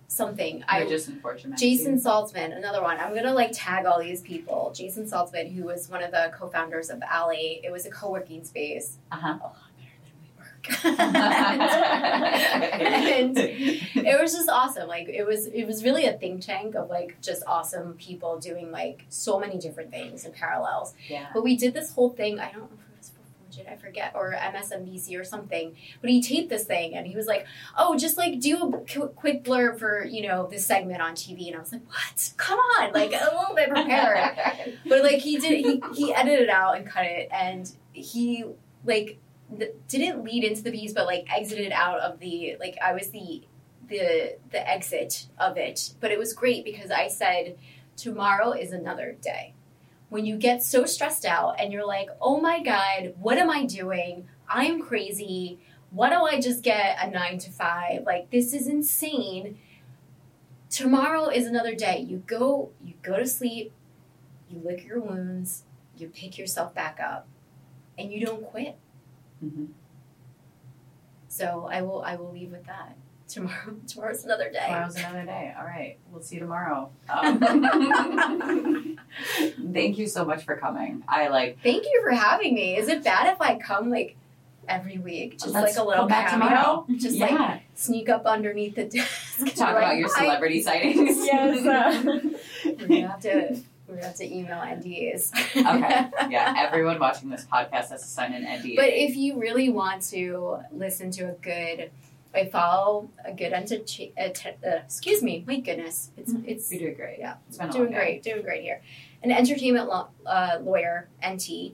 [SPEAKER 2] Something. I
[SPEAKER 3] You're just unfortunate.
[SPEAKER 2] Jason Saltzman, another one. I'm gonna like tag all these people. Jason Saltzman, who was one of the co-founders of Alley, it was a co-working space.
[SPEAKER 3] Uh-huh.
[SPEAKER 2] A lot better than we work. and it was just awesome. Like it was it was really a think tank of like just awesome people doing like so many different things and parallels.
[SPEAKER 3] yeah.
[SPEAKER 2] But we did this whole thing, I don't know if it was for Fortune, I forget, or MSNBC or something, but he taped this thing and he was like, oh, just like do a qu- quick blurb for, you know, this segment on TV. And I was like, what? Come on, like a little bit prepared. but like he did, he, he edited it out and cut it and he like th- didn't lead into the piece, but like exited out of the, like I was the, the, the exit of it. But it was great because I said, tomorrow is another day when you get so stressed out and you're like, oh my God, what am I doing? I'm crazy. Why don't I just get a nine to five? Like, this is insane. Tomorrow is another day. You go, you go to sleep, you lick your wounds, you pick yourself back up, and you don't quit.
[SPEAKER 3] Mhm.
[SPEAKER 2] So I will I will leave with that. Tomorrow tomorrow's another day.
[SPEAKER 3] Tomorrow's another day. All right. We'll see you tomorrow. Um, thank you so much for coming. I like.
[SPEAKER 2] Thank you for having me. Is it bad if I come like every week? Just
[SPEAKER 3] Let's
[SPEAKER 2] like a little
[SPEAKER 3] come back
[SPEAKER 2] cameo?
[SPEAKER 3] tomorrow.
[SPEAKER 2] Just
[SPEAKER 3] yeah.
[SPEAKER 2] like sneak up underneath the desk. and
[SPEAKER 3] talk
[SPEAKER 2] like,
[SPEAKER 3] about your celebrity sightings.
[SPEAKER 5] yes. Uh,
[SPEAKER 2] I, we're gonna have to. We're gonna have to email NDAs.
[SPEAKER 3] okay. Yeah. Everyone watching this podcast has to sign an NDA.
[SPEAKER 2] But if you really want to listen to a good, I follow a good entertain. Uh, te- uh, excuse me. My goodness, it's it's
[SPEAKER 3] Mm-hmm. you're doing great.
[SPEAKER 2] Yeah.
[SPEAKER 3] It's been a
[SPEAKER 2] doing
[SPEAKER 3] long day.
[SPEAKER 2] great, doing great here. An entertainment law, uh, lawyer, NT.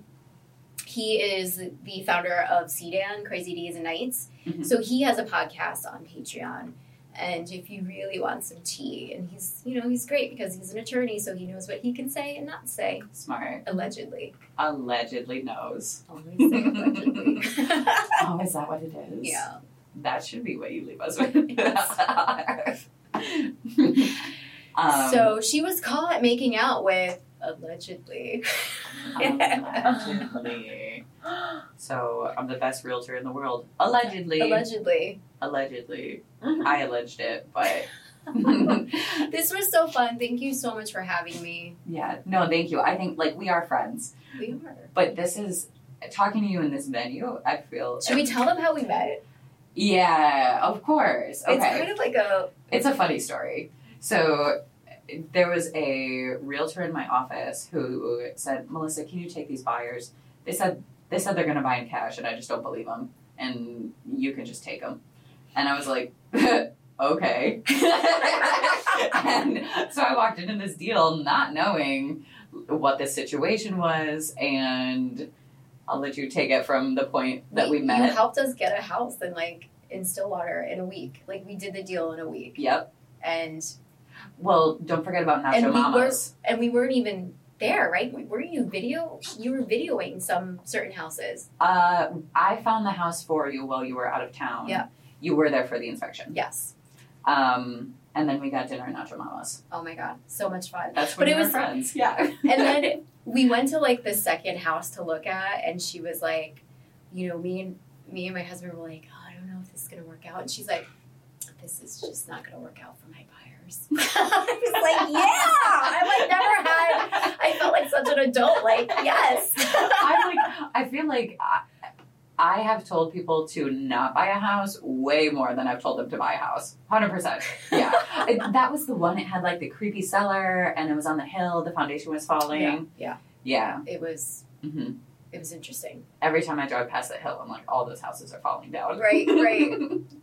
[SPEAKER 2] He is the founder of CDAN, Crazy Days and Nights.
[SPEAKER 3] Mhm.
[SPEAKER 2] So he has a podcast on Patreon, and if you really want some tea and he's you know he's great because he's an attorney so he knows what he can say and not say
[SPEAKER 3] Smart.
[SPEAKER 2] allegedly
[SPEAKER 3] Allegedly knows.
[SPEAKER 2] always say allegedly
[SPEAKER 3] Oh, is that what it is?
[SPEAKER 2] yeah
[SPEAKER 3] That should be what you leave us with. um,
[SPEAKER 2] so she was caught making out with allegedly Um,
[SPEAKER 3] Allegedly. so I'm the best realtor in the world. Allegedly.
[SPEAKER 2] allegedly
[SPEAKER 3] allegedly.
[SPEAKER 5] uh,
[SPEAKER 3] I alleged it, but.
[SPEAKER 2] this was so fun thank you so much for having me
[SPEAKER 3] yeah. No, thank you. I think, like, we are friends.
[SPEAKER 2] we are
[SPEAKER 3] But this is. Talking to you in this venue, I feel.
[SPEAKER 2] should we tell them how we met
[SPEAKER 3] Yeah, of course. Okay.
[SPEAKER 2] it's kind of like a
[SPEAKER 3] It's a funny story. So there was a realtor in my office who said, "Melissa, can you take these buyers?" They said they said they're going to buy in cash, and I just don't believe them. And you can just take them. And I was like, okay. and so I walked into this deal not knowing what the situation was, and I'll let you take it from the point that we
[SPEAKER 2] you
[SPEAKER 3] met.
[SPEAKER 2] helped us get a house in like in Stillwater in a week like we did the deal in a week
[SPEAKER 3] yep.
[SPEAKER 2] and
[SPEAKER 3] Well, don't forget about Nacho
[SPEAKER 2] And we were-
[SPEAKER 3] Mamas.
[SPEAKER 2] and we weren't even there, right? Were you video? You were videoing some certain houses.
[SPEAKER 3] Uh, I found the house for you while you were out of town.
[SPEAKER 2] Yeah.
[SPEAKER 3] You were there for the inspection.
[SPEAKER 2] Yes.
[SPEAKER 3] Um, and then we got dinner at Nacho Mama's.
[SPEAKER 2] Oh my god, so much fun.
[SPEAKER 3] That's
[SPEAKER 2] But
[SPEAKER 3] when
[SPEAKER 2] it
[SPEAKER 3] we were
[SPEAKER 2] was-
[SPEAKER 3] friends. Yeah.
[SPEAKER 2] And then we went to like the second house to look at, and she was like, you know, me and me and my husband were like, oh, I don't know if this is gonna work out, and she's like, this is just not gonna work out for my buyers. I was like, yeah, I like never had. I felt like such an adult. Like yes.
[SPEAKER 3] I'm like, I feel like I, I have told people to not buy a house way more than I've told them to buy a house. 100%. Yeah. It- that was the one, it had like the creepy cellar and it was on the hill, the foundation was
[SPEAKER 2] yeah,
[SPEAKER 3] falling.
[SPEAKER 2] yeah.
[SPEAKER 3] Yeah.
[SPEAKER 2] It was.
[SPEAKER 3] hmm
[SPEAKER 2] It was interesting.
[SPEAKER 3] Every time I drive past that hill, I'm like, all those houses are falling down.
[SPEAKER 2] Right, right.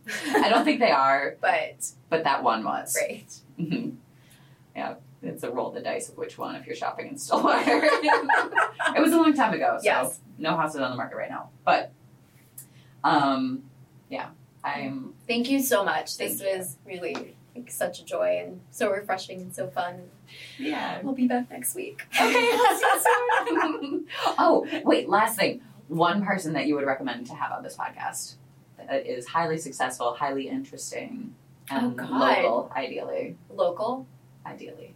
[SPEAKER 3] I don't think they are.
[SPEAKER 2] But
[SPEAKER 3] But that one was.
[SPEAKER 2] right.
[SPEAKER 3] Mhm. yeah, it's a roll of the dice of which one if you're shopping in Stillwater. it was a long time ago, so
[SPEAKER 2] Yes.
[SPEAKER 3] no house is on the market right now. But um, yeah, I'm
[SPEAKER 2] Thank you so much. This
[SPEAKER 3] Thank you.
[SPEAKER 2] was really like, such a joy and so refreshing and so fun.
[SPEAKER 3] yeah.
[SPEAKER 2] We'll be back next week.
[SPEAKER 3] Okay. I'll see you soon. oh wait, last thing. One person that you would recommend to have on this podcast that is highly successful, highly interesting, and
[SPEAKER 2] Oh, God.
[SPEAKER 3] local, ideally,
[SPEAKER 2] Local.
[SPEAKER 3] ideally.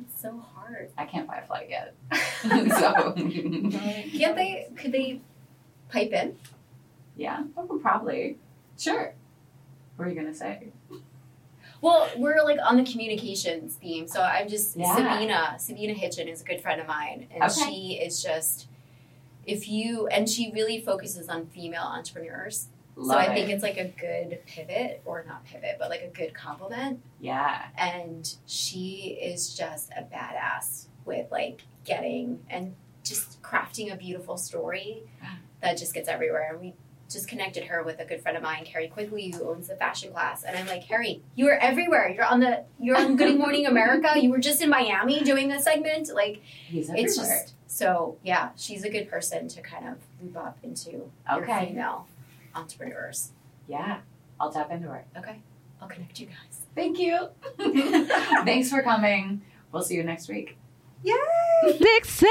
[SPEAKER 2] It's so hard.
[SPEAKER 3] I can't buy a flight yet, so.
[SPEAKER 2] Can't they? Could they pipe in?
[SPEAKER 3] Yeah, oh, probably. Sure. What are you gonna say?
[SPEAKER 2] Well, we're like on the communications theme, so I'm just
[SPEAKER 3] Yeah.
[SPEAKER 2] Sabina. Sabina Hitchin is a good friend of mine, and
[SPEAKER 3] Okay.
[SPEAKER 2] she is just if you and she really focuses on female entrepreneurs. so
[SPEAKER 3] Love
[SPEAKER 2] I think
[SPEAKER 3] it.
[SPEAKER 2] it's like a good pivot, or not pivot, but like a good compliment.
[SPEAKER 3] Yeah.
[SPEAKER 2] and she is just a badass with like getting and just crafting a beautiful story that just gets everywhere. And we just connected her with a good friend of mine, Carrie Quigley, who owns the fashion class. And I'm like, Carrie, you are everywhere. You're on the you're on Good Morning America. You were just in Miami doing a segment. Like
[SPEAKER 3] He's
[SPEAKER 2] it's
[SPEAKER 3] everywhere.
[SPEAKER 2] just so yeah, she's a good person to kind of loop up into your
[SPEAKER 3] Okay.
[SPEAKER 2] female entrepreneurs.
[SPEAKER 3] Yeah. I'll tap into her.
[SPEAKER 2] Okay. I'll connect you guys.
[SPEAKER 3] Thank you. Thanks for coming. We'll see you next week.
[SPEAKER 1] Success.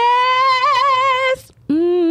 [SPEAKER 1] Mm.